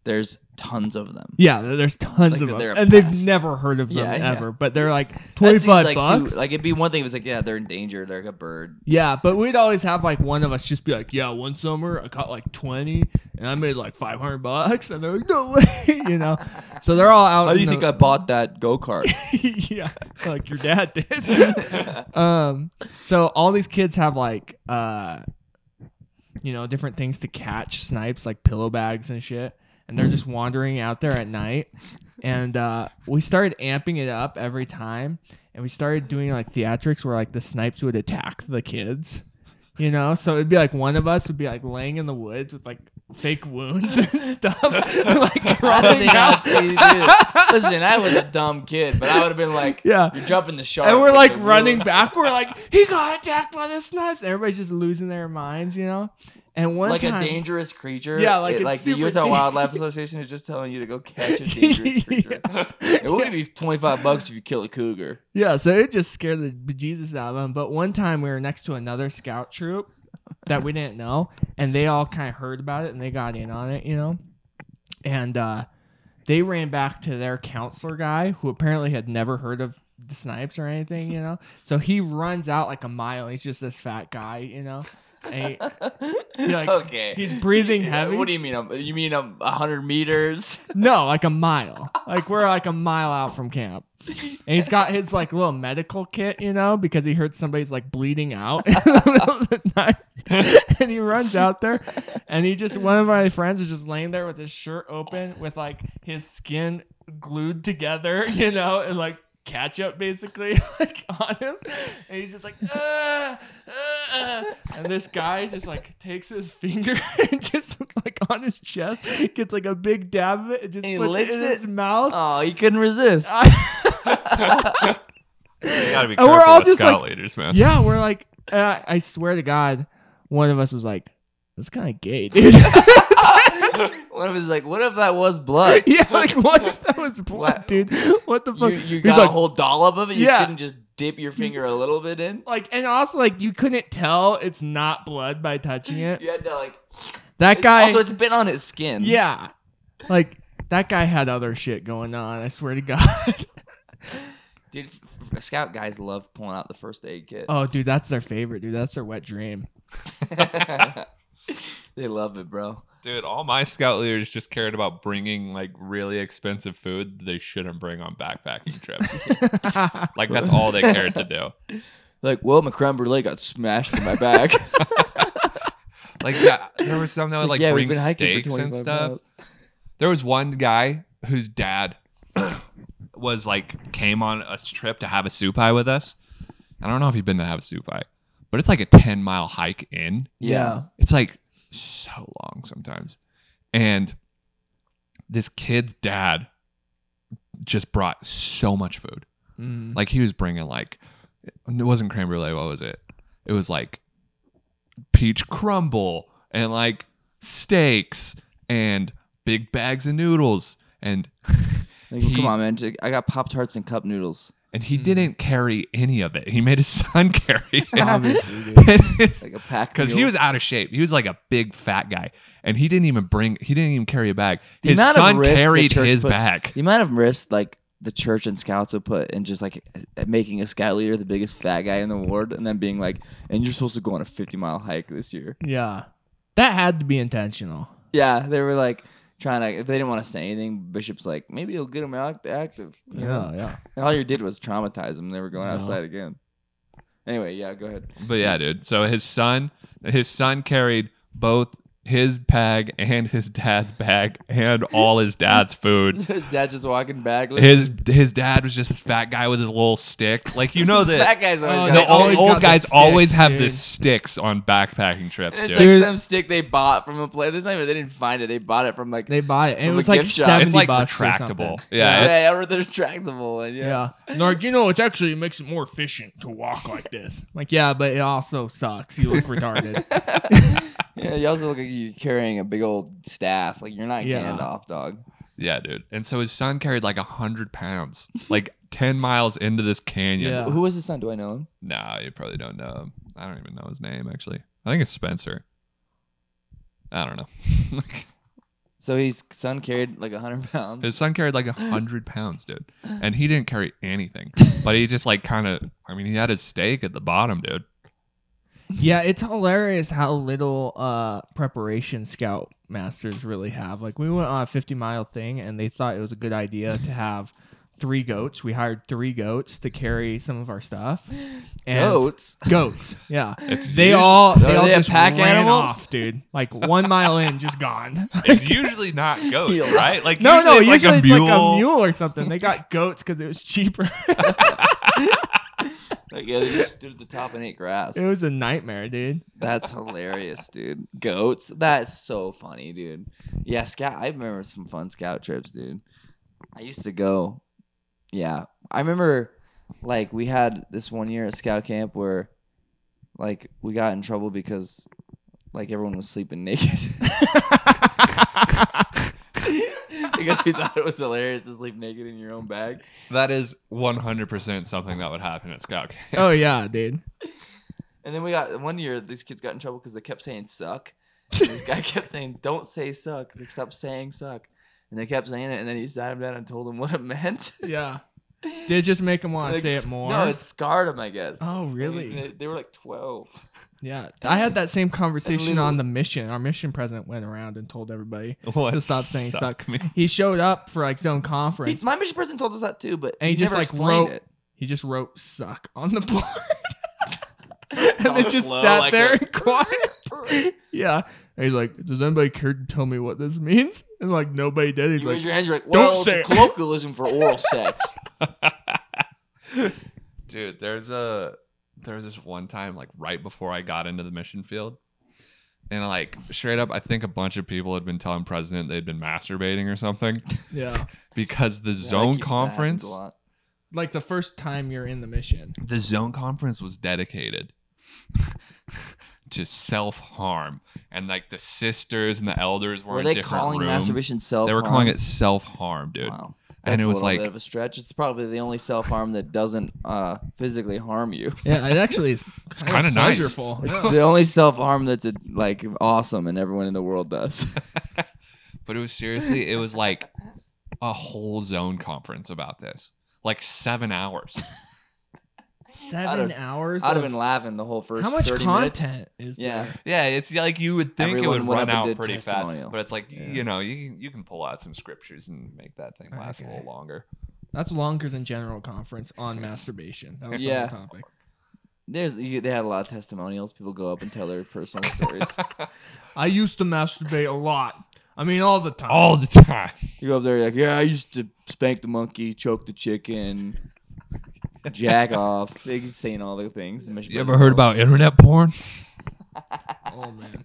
Speaker 1: there's tons of them.
Speaker 3: yeah there- there's tons
Speaker 1: Like that
Speaker 3: of them
Speaker 1: they're a
Speaker 3: and they've
Speaker 1: pest.
Speaker 3: never heard of them
Speaker 1: Yeah, yeah.
Speaker 3: ever but they're like
Speaker 1: That seems
Speaker 3: 25
Speaker 1: like
Speaker 3: bucks
Speaker 1: Too, like it'd be one thing if it's like, yeah, they're in danger. They're like a bird.
Speaker 3: Yeah, but we'd always have like one of us just be like, "Yeah, one summer I caught like twenty, and I made like five hundred bucks," and they're like, "No way," you know. So they're all out.
Speaker 1: How do you
Speaker 3: in
Speaker 1: think I
Speaker 3: the,
Speaker 1: bought that go kart?
Speaker 3: think? yeah, like your dad did. um, so all these kids have like, uh, you know, different things to catch snipes, like pillow bags and shit, and they're just wandering out there at night. And uh, we started amping it up every time, and we started doing like theatrics where like the snipes would attack the kids. You know, so it'd be like one of us would be like laying in the woods with like fake wounds and stuff, and, like
Speaker 1: How did they
Speaker 3: crawling
Speaker 1: not
Speaker 3: out.
Speaker 1: see you do it? Listen, I was a dumb kid, but I would have been like,
Speaker 3: Yeah.
Speaker 1: you're jumping the shark.
Speaker 3: And we're
Speaker 1: with
Speaker 3: like
Speaker 1: the
Speaker 3: running
Speaker 1: rules."
Speaker 3: back. We're like, he got attacked by the snipes. Everybody's just losing their minds, you know. And one
Speaker 1: like
Speaker 3: time,
Speaker 1: a dangerous creature.
Speaker 3: Yeah, like
Speaker 1: It-
Speaker 3: it's
Speaker 1: like the
Speaker 3: super
Speaker 1: Utah
Speaker 3: dan-
Speaker 1: Wildlife Association is just telling you to go catch a dangerous creature. It would be twenty five bucks if you kill a cougar.
Speaker 3: Yeah, so it just scared the bejesus out of them. But one time we were next to another scout troop that we didn't know, and they all kind of heard about it and they got in on it, you know. And uh, they ran back to their counselor guy, who apparently had never heard of the snipes or anything, you know. So he runs out like a mile. He's just this fat guy, you know. And he- like,
Speaker 1: okay,
Speaker 3: He's breathing
Speaker 1: Yeah,
Speaker 3: heavy.
Speaker 1: What do you mean? um, You mean um, a hundred meters?
Speaker 3: No, like a mile. Like we're like a mile out from camp. And he's got his like little medical kit, you know, because he heard somebody's like bleeding out in the middle of the night. And he runs out there and he just one of my friends is just laying there with his shirt open with like his skin glued together, you know, and like catch up basically like on him. And he's just like "Ah, ah." and this guy just like takes his finger and just like on his chest gets like a big dab of it and just
Speaker 1: And he
Speaker 3: puts it
Speaker 1: licks
Speaker 3: in
Speaker 1: it?
Speaker 3: his mouth.
Speaker 1: Oh, you couldn't resist.
Speaker 2: You gotta be
Speaker 3: And
Speaker 2: careful
Speaker 3: we're all
Speaker 2: with
Speaker 3: just
Speaker 2: scout
Speaker 3: like-
Speaker 2: leaders, man.
Speaker 3: yeah, we're like, and I, I swear to God, one of us was like, "That's kind of gay, dude."
Speaker 1: One of us is like, what if that was blood?
Speaker 3: yeah, like what if that was blood,
Speaker 1: What?
Speaker 3: dude? What the
Speaker 1: You,
Speaker 3: fuck?
Speaker 1: you
Speaker 3: He's
Speaker 1: got
Speaker 3: like,
Speaker 1: a whole dollop of it. You
Speaker 3: Yeah.
Speaker 1: couldn't just dip your finger a little bit in.
Speaker 3: like, and also like you couldn't tell it's not blood by touching it.
Speaker 1: You had to like.
Speaker 3: That guy,
Speaker 1: Also, it's been on his skin.
Speaker 3: yeah, like that guy had other shit going on. I swear to God.
Speaker 1: dude. f- f- Scout guys love pulling out the first aid kit.
Speaker 3: oh, dude, that's their favorite, dude. That's their wet dream.
Speaker 1: they love it, bro.
Speaker 2: Dude, all my scout leaders just cared about bringing like really expensive food they shouldn't bring on backpacking trips. like that's all they cared to do.
Speaker 1: Like, well, my creme brulee got smashed in my back.
Speaker 2: Like yeah, there was some that would like
Speaker 1: yeah, we've
Speaker 2: bring
Speaker 1: been hiking for
Speaker 2: steaks
Speaker 1: 25
Speaker 2: and stuff.
Speaker 1: miles.
Speaker 2: There was one guy whose dad was like came on a trip to have a supai with us. I don't know if you've been to have a supai, but it's like a ten mile hike in.
Speaker 1: Yeah.
Speaker 2: It's like so long sometimes. And this kid's dad just brought so much food.
Speaker 3: Mm.
Speaker 2: Like he was bringing like it wasn't creme brulee. What was it? It was like peach crumble and like steaks and big bags of noodles and
Speaker 1: Like,
Speaker 2: He-
Speaker 1: come on, man. Just- I got Pop Tarts and cup noodles.
Speaker 2: and he didn't carry any of it. He made his son carry
Speaker 3: Obviously, dude.
Speaker 2: it.
Speaker 1: Like a pack.
Speaker 2: Because he
Speaker 1: mule.
Speaker 2: was out of shape. He was like a big fat guy, and he didn't even bring. He didn't even carry a bag.
Speaker 1: The
Speaker 2: his
Speaker 1: amount of
Speaker 2: son
Speaker 1: risk the
Speaker 2: carried
Speaker 1: church
Speaker 2: his
Speaker 1: puts-
Speaker 2: bag.
Speaker 1: The amount of risk like the church and scouts would put in just like making a scout leader the biggest fat guy in the ward and then being like, and you're supposed to go on a 50 mile hike this year.
Speaker 3: yeah, that had to be intentional.
Speaker 1: Yeah, they were like trying to, if they didn't want to say anything, Bishop's like, maybe you'll get him act- active. You know?
Speaker 3: Yeah, yeah.
Speaker 1: And all you did was traumatize him. They were going outside again. Anyway, yeah, go ahead.
Speaker 2: But yeah, dude. So his son, his son carried both his bag and his dad's bag and all his dad's food.
Speaker 1: His dad just walking back.
Speaker 2: His his dad was just this fat guy with his little stick. Like you know that
Speaker 1: that guy's always
Speaker 3: Oh,
Speaker 1: got
Speaker 3: they
Speaker 2: the
Speaker 1: it.
Speaker 2: old,
Speaker 3: always
Speaker 2: old
Speaker 3: got the
Speaker 2: guys always
Speaker 3: sticks,
Speaker 2: have
Speaker 3: dude.
Speaker 2: the sticks on backpacking trips,
Speaker 1: It's
Speaker 2: dude.
Speaker 1: like
Speaker 3: Dude.
Speaker 1: some stick they bought from a place. It's not even, they didn't find it. They bought it from like
Speaker 3: They buy it, and
Speaker 1: From
Speaker 3: it
Speaker 1: a
Speaker 3: was like
Speaker 1: gift shop.
Speaker 3: seventy
Speaker 2: It's like
Speaker 3: bucks. or
Speaker 2: retractable.
Speaker 3: something.
Speaker 2: Yeah,
Speaker 1: yeah,
Speaker 2: it's-
Speaker 1: yeah, or they're retractable. And yeah.
Speaker 3: Yeah. Like, you know, it actually makes it more efficient to walk like this. Like, yeah, but it also sucks. You look retarded.
Speaker 1: Yeah, you also look like you're carrying a big old staff. Like you're not
Speaker 3: Yeah.
Speaker 1: Gandalf, dog.
Speaker 2: Yeah, dude. And so his son carried like a hundred pounds, like ten miles into this canyon.
Speaker 3: Yeah.
Speaker 1: Who was his son? Do I know him?
Speaker 2: Nah, you probably don't know him. I don't even know his name actually. I think it's Spencer. I don't know.
Speaker 1: So his son carried like hundred pounds.
Speaker 2: his son carried like a hundred pounds, dude, and he didn't carry anything. But he just like kind of. I mean, he had his steak at the bottom, dude.
Speaker 3: yeah, it's hilarious how little uh preparation scout masters really have. Like we went on a 50 mile thing and they thought it was a good idea to have three goats. We hired three goats to carry some of our stuff. And
Speaker 1: Goats.
Speaker 3: Goats. Yeah.
Speaker 2: It's
Speaker 3: They
Speaker 2: usu-
Speaker 3: all
Speaker 1: Are
Speaker 3: they all
Speaker 1: they a
Speaker 3: just
Speaker 1: pack
Speaker 3: ran
Speaker 1: animal?
Speaker 3: off, dude. Like 1 mile in just gone.
Speaker 2: It's usually not goats,
Speaker 1: Yeah.
Speaker 2: right? Like
Speaker 3: No, no,
Speaker 2: it's
Speaker 3: usually
Speaker 2: like a
Speaker 3: it's
Speaker 2: mule.
Speaker 3: like a mule or something. They got goats because it was cheaper.
Speaker 1: Like, yeah, they just stood at the top and ate grass.
Speaker 3: it was a nightmare, dude.
Speaker 1: That's hilarious, dude. Goats. That's so funny, dude. Yeah, scout. I remember some fun scout trips, dude. I used to go. Yeah, I remember. Like we had this one year at scout camp where, like, we got in trouble because, like, everyone was sleeping naked. because we thought it was hilarious to sleep naked in your own bag.
Speaker 2: That is one hundred percent something that would happen at scout camp.
Speaker 3: oh yeah, dude.
Speaker 1: And then we got one year these kids got in trouble because they kept saying suck. And this guy kept saying, Don't say suck. They stop saying suck. And they kept saying it, and then he sat him down and told him what it meant.
Speaker 3: Yeah. Did it just make them want to
Speaker 1: Like,
Speaker 3: say
Speaker 1: s-
Speaker 3: it more?
Speaker 1: No, it scarred him, I guess.
Speaker 3: Oh
Speaker 1: And
Speaker 3: really?
Speaker 1: he- They were like twelve.
Speaker 3: Yeah. I had that same conversation
Speaker 1: Little-
Speaker 3: on the mission. Our mission president went around and told everybody
Speaker 2: What
Speaker 3: to Oh, stop saying
Speaker 2: suck
Speaker 3: suck.
Speaker 2: me.
Speaker 3: He showed up for like his own
Speaker 1: He,
Speaker 3: conference.
Speaker 1: my mission person told us that too, but
Speaker 3: And he just,
Speaker 1: never
Speaker 3: like,
Speaker 1: explained
Speaker 3: wrote-
Speaker 1: it.
Speaker 3: He just wrote suck on the board. and it
Speaker 1: All
Speaker 3: just
Speaker 1: slow,
Speaker 3: sat
Speaker 1: like
Speaker 3: there
Speaker 1: a-
Speaker 3: and quiet. yeah. And he's like, Does anybody care to tell me what this means? And like nobody did. He's
Speaker 1: You
Speaker 3: like,
Speaker 1: raise your hands, you're like,
Speaker 3: "Don't
Speaker 1: Well, it's
Speaker 3: say
Speaker 1: a
Speaker 3: it."
Speaker 1: colloquialism for oral sex.
Speaker 2: dude there's a there was this one time like right before i got into the mission field and like straight up i think a bunch of people had been telling president they'd been masturbating or something
Speaker 3: Yeah.
Speaker 2: because the
Speaker 1: Yeah, that
Speaker 2: zone
Speaker 1: keeps- that happens a
Speaker 2: conference
Speaker 1: lot.
Speaker 3: Like the first time you're in the mission.
Speaker 2: the zone conference was dedicated to self-harm and like the sisters and the elders were,
Speaker 1: Were
Speaker 2: in
Speaker 1: they
Speaker 2: different
Speaker 1: calling
Speaker 2: rooms.
Speaker 1: masturbation self?
Speaker 2: they were calling it self-harm dude
Speaker 1: Wow.
Speaker 2: and it was
Speaker 1: a little
Speaker 2: like
Speaker 1: bit of a stretch. It's probably the only self harm that doesn't uh, physically harm you.
Speaker 3: Yeah, it actually is
Speaker 2: kinda nice.
Speaker 3: pleasureful.
Speaker 1: It's
Speaker 3: Yeah.
Speaker 1: the only self harm that's uh, like awesome, and everyone in the world does.
Speaker 2: But it was seriously, it was like a whole zone conference about this. Like seven hours.
Speaker 1: I'd
Speaker 3: Seven hours.
Speaker 1: I'd have
Speaker 3: of-
Speaker 1: been laughing the whole first.
Speaker 3: how much
Speaker 1: 30 minutes.
Speaker 3: content is
Speaker 1: Yeah.
Speaker 3: there?
Speaker 2: Yeah, it's like you would think
Speaker 1: Everyone
Speaker 2: it would
Speaker 1: went up
Speaker 2: run
Speaker 1: and
Speaker 2: out
Speaker 1: did
Speaker 2: pretty
Speaker 1: testimonial.
Speaker 2: fast. But it's like,
Speaker 3: Yeah.
Speaker 2: you know, you, you can pull out some scriptures and make that thing last a
Speaker 3: Okay.
Speaker 2: little longer.
Speaker 3: That's longer than general conference on masturbation. That was
Speaker 1: Yeah.
Speaker 3: yeah. topic.
Speaker 1: There's you, they had a lot of testimonials. People go up and tell their personal stories.
Speaker 3: I used to masturbate a lot. I mean, all the time.
Speaker 2: All the time.
Speaker 1: You go up there, you're like, yeah, I used to spank the monkey, choke the chicken, jack off. They're saying all the things.
Speaker 2: You ever heard about internet porn?
Speaker 3: oh man.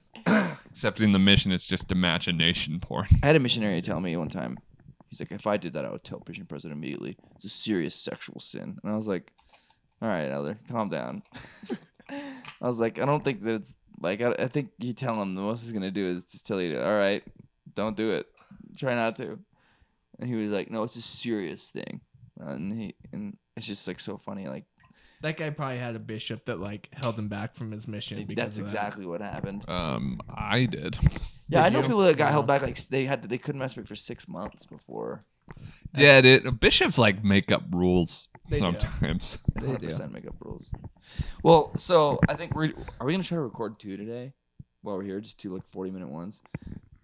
Speaker 2: Except in the mission, it's just imagination porn.
Speaker 1: I had a missionary tell me one time. He's like, if I did that, I would tell Christian president immediately. It's a serious sexual sin. And I was like, all right, Elder, calm down. I was like, I don't think that it's like, I, I think you tell him the most he's going to do is just tell you, all right, don't do it. Try not to. And he was like, no, it's a serious thing. And he, and it's just like so funny. Like,
Speaker 3: That guy probably had a bishop that like held him back from his mission. Because
Speaker 1: that's
Speaker 3: of that.
Speaker 1: exactly what happened.
Speaker 2: Um, I did.
Speaker 1: Yeah,
Speaker 3: Did
Speaker 1: I know
Speaker 3: you?
Speaker 1: people that got held
Speaker 3: Yeah.
Speaker 1: back, like, they had to, they couldn't masturbate for six months before.
Speaker 2: Yeah, dude. Bishops like make up rules
Speaker 3: They do.
Speaker 2: sometimes.
Speaker 1: They
Speaker 3: They
Speaker 1: 100%
Speaker 3: do.
Speaker 1: make up rules. Well, so I think we're are we gonna try to record two today while we're here? Just two like forty minute ones.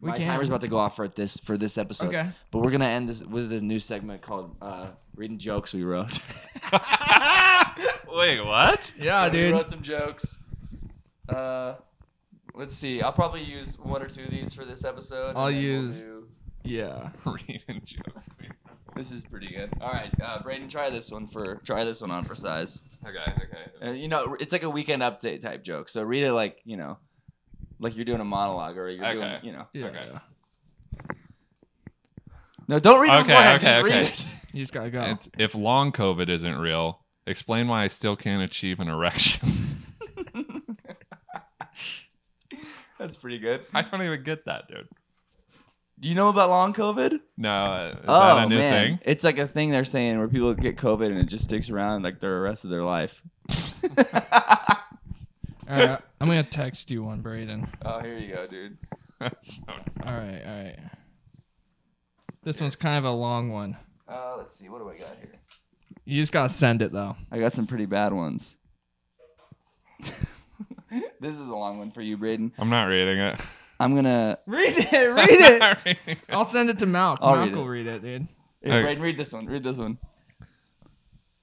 Speaker 3: We
Speaker 1: My
Speaker 3: can.
Speaker 1: timer's about to go off for this for this episode.
Speaker 3: Okay.
Speaker 1: But we're gonna end this with a new segment called uh, "Reading Jokes We Wrote."
Speaker 2: Wait, what?
Speaker 3: Yeah,
Speaker 1: we
Speaker 3: dude.
Speaker 1: wrote some jokes. Uh, Let's see. I'll probably use one or two of these for this episode. and
Speaker 3: I'll
Speaker 1: then we'll
Speaker 3: use-
Speaker 1: do-
Speaker 3: Yeah.
Speaker 2: Reading jokes.
Speaker 1: This is pretty good. All right, uh, Braden, try this one for try this one on for size.
Speaker 2: Okay, okay.
Speaker 1: Uh, you know, it's like a weekend update type joke. So read it like you know, like you're doing a monologue or you're doing
Speaker 2: Okay.
Speaker 1: you know.
Speaker 3: Yeah.
Speaker 2: Okay.
Speaker 1: No, don't read it.
Speaker 2: Okay,
Speaker 1: beforehand,
Speaker 2: okay,
Speaker 1: just read
Speaker 2: okay.
Speaker 1: it.
Speaker 3: You just gotta go.
Speaker 2: It's, if long COVID isn't real, explain why I still can't achieve an erection.
Speaker 1: That's pretty good.
Speaker 2: I don't even get that, dude.
Speaker 1: Do you know about long COVID?
Speaker 2: No, uh, is
Speaker 1: oh
Speaker 2: that a new
Speaker 1: man,
Speaker 2: thing?
Speaker 1: it's like a thing they're saying where people get COVID and it just sticks around like the rest of their life.
Speaker 3: all right, I'm gonna text you one, Braden.
Speaker 1: oh, here you go, dude.
Speaker 2: That's so-
Speaker 3: All right, all right. This one's kind of a long one.
Speaker 1: Uh, let's see. What do I got here?
Speaker 3: You just gotta send it though.
Speaker 1: I got some pretty bad ones. this is a long one for you, Braden.
Speaker 2: I'm not reading it.
Speaker 1: I'm gonna
Speaker 3: Read it, read
Speaker 2: I'm
Speaker 3: it.
Speaker 2: not reading it.
Speaker 3: I'll send it to Malk.
Speaker 1: I'll
Speaker 3: Malk
Speaker 1: read it.
Speaker 3: will read it, dude.
Speaker 1: Hey,
Speaker 2: Okay.
Speaker 1: Braden, read this one. Read this one.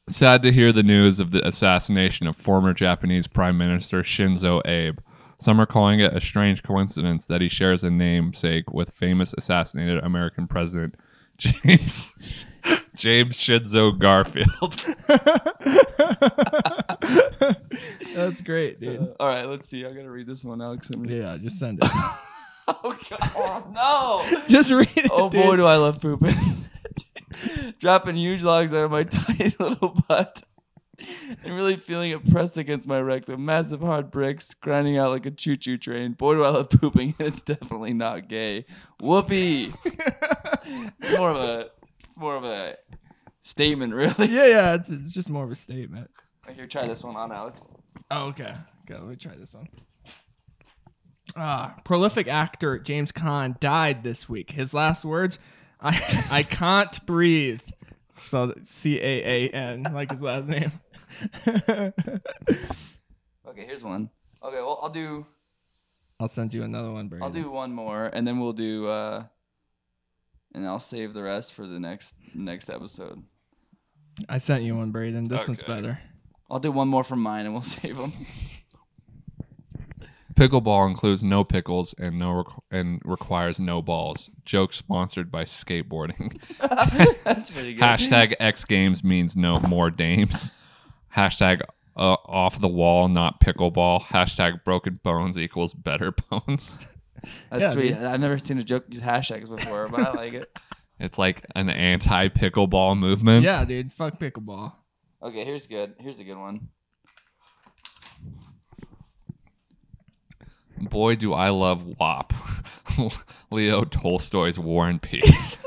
Speaker 2: Sad to hear the news of the assassination of former Japanese Prime Minister Shinzo Abe. Some are calling it a strange coincidence that he shares a namesake with famous assassinated American President James James Shinzo Garfield.
Speaker 3: That's great, dude.
Speaker 1: All right, let's see. I'm gonna read this one, Alex. and-
Speaker 3: Yeah, just send it.
Speaker 1: Oh God, no!
Speaker 3: just read it.
Speaker 1: Oh
Speaker 3: dude.
Speaker 1: boy, do I love pooping. Dropping huge logs out of my tiny little butt. And really feeling it pressed against my rectum. Massive hard bricks grinding out like a choo choo train. Boy, do I love pooping. It's definitely not gay. Whoopee. it's more of a, it's more of a statement, really.
Speaker 3: Yeah, yeah. It's, it's just more of a statement.
Speaker 1: Here, try this one on, Alex.
Speaker 3: Oh, okay. Go. Let me try this one. Ah, prolific actor James Caan died this week. His last words: "I I can't breathe." Spelled C A A N, like his last name.
Speaker 1: Okay, here's one. Okay, well, I'll do,
Speaker 3: I'll send you another one, Brady.
Speaker 1: I'll do one more, and then we'll do, uh, and I'll save the rest for the next next episode.
Speaker 3: I sent you one, Braden. This one's
Speaker 2: Okay.
Speaker 3: better.
Speaker 1: I'll do one more from mine and we'll save them.
Speaker 2: Pickleball includes no pickles and no requ- and requires no balls. Joke sponsored by skateboarding.
Speaker 1: That's pretty good.
Speaker 2: Hashtag X Games means no more dames. Hashtag uh, off the wall, not pickleball. Hashtag broken bones equals better bones.
Speaker 1: That's
Speaker 3: Yeah,
Speaker 1: sweet.
Speaker 3: dude.
Speaker 1: I've never seen a joke use hashtags before, but I like it.
Speaker 2: It's like an anti pickleball movement.
Speaker 3: Yeah, dude. Fuck pickleball.
Speaker 1: Okay, here's good. Here's a good one.
Speaker 2: Boy, do I love WAP. Leo Tolstoy's War and Peace.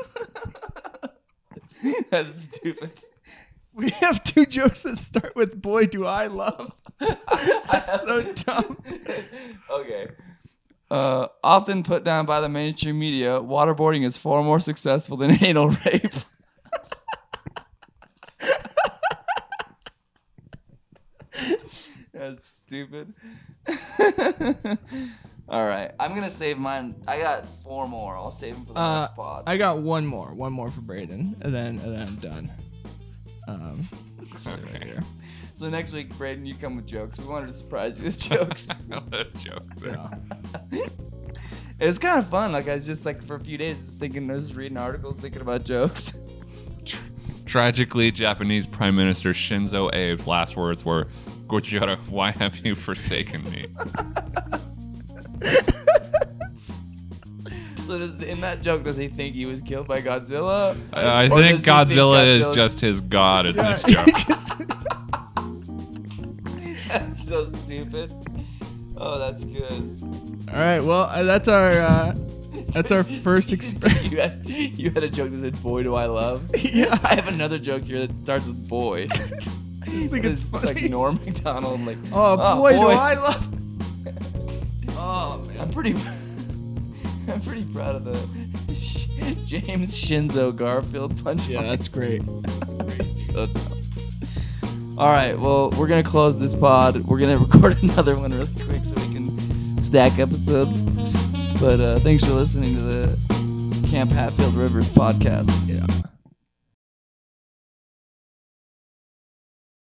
Speaker 1: That's stupid.
Speaker 3: We have two jokes that start with "Boy, do I love." That's so dumb.
Speaker 1: okay. Uh, often put down by the mainstream media, waterboarding is far more successful than anal rape. That's stupid. All right, I'm gonna save mine. I got four more. I'll save them for the
Speaker 3: Uh,
Speaker 1: next pod.
Speaker 3: I got one more, one more for Braden, and then and then I'm done. Um, so right here.
Speaker 1: so next week, Braden, you come with jokes. We wanted to surprise you with jokes.
Speaker 2: Another joke there.
Speaker 3: Yeah.
Speaker 1: it was kind of fun. Like I was just like for a few days, just thinking, I was just reading articles, thinking about jokes.
Speaker 2: Tragically, Japanese Prime Minister Shinzo Abe's last words were, Gojira, why have you forsaken me?
Speaker 1: So does, in that joke, does he think he was killed by Godzilla?
Speaker 2: I, I
Speaker 1: Or does he
Speaker 2: think
Speaker 1: think
Speaker 2: Godzilla is
Speaker 1: Godzilla's-
Speaker 2: just his god in this
Speaker 3: Yeah.
Speaker 2: joke.
Speaker 1: That's so stupid. Oh, that's good.
Speaker 3: All right. Well, uh, that's our uh, that's our first
Speaker 1: You just-
Speaker 3: experience.
Speaker 1: You had, you had a joke that said, "Boy, do I love."
Speaker 3: yeah,
Speaker 1: I have another joke here that starts with "boy."
Speaker 3: I just think it's
Speaker 1: It's like
Speaker 3: funny.
Speaker 1: Norm Macdonald. Like,
Speaker 3: oh, boy,
Speaker 1: boy."
Speaker 3: do I love. Oh
Speaker 1: I'm
Speaker 3: man.
Speaker 1: pretty. I'm pretty proud of the James Shinzo Garfield punchline.
Speaker 3: Yeah, that's great.
Speaker 1: so dumb. All right, well, we're gonna close this pod. We're gonna record another one really quick so we can stack episodes. But uh, thanks for listening to the Camp Hatfield Rivers podcast.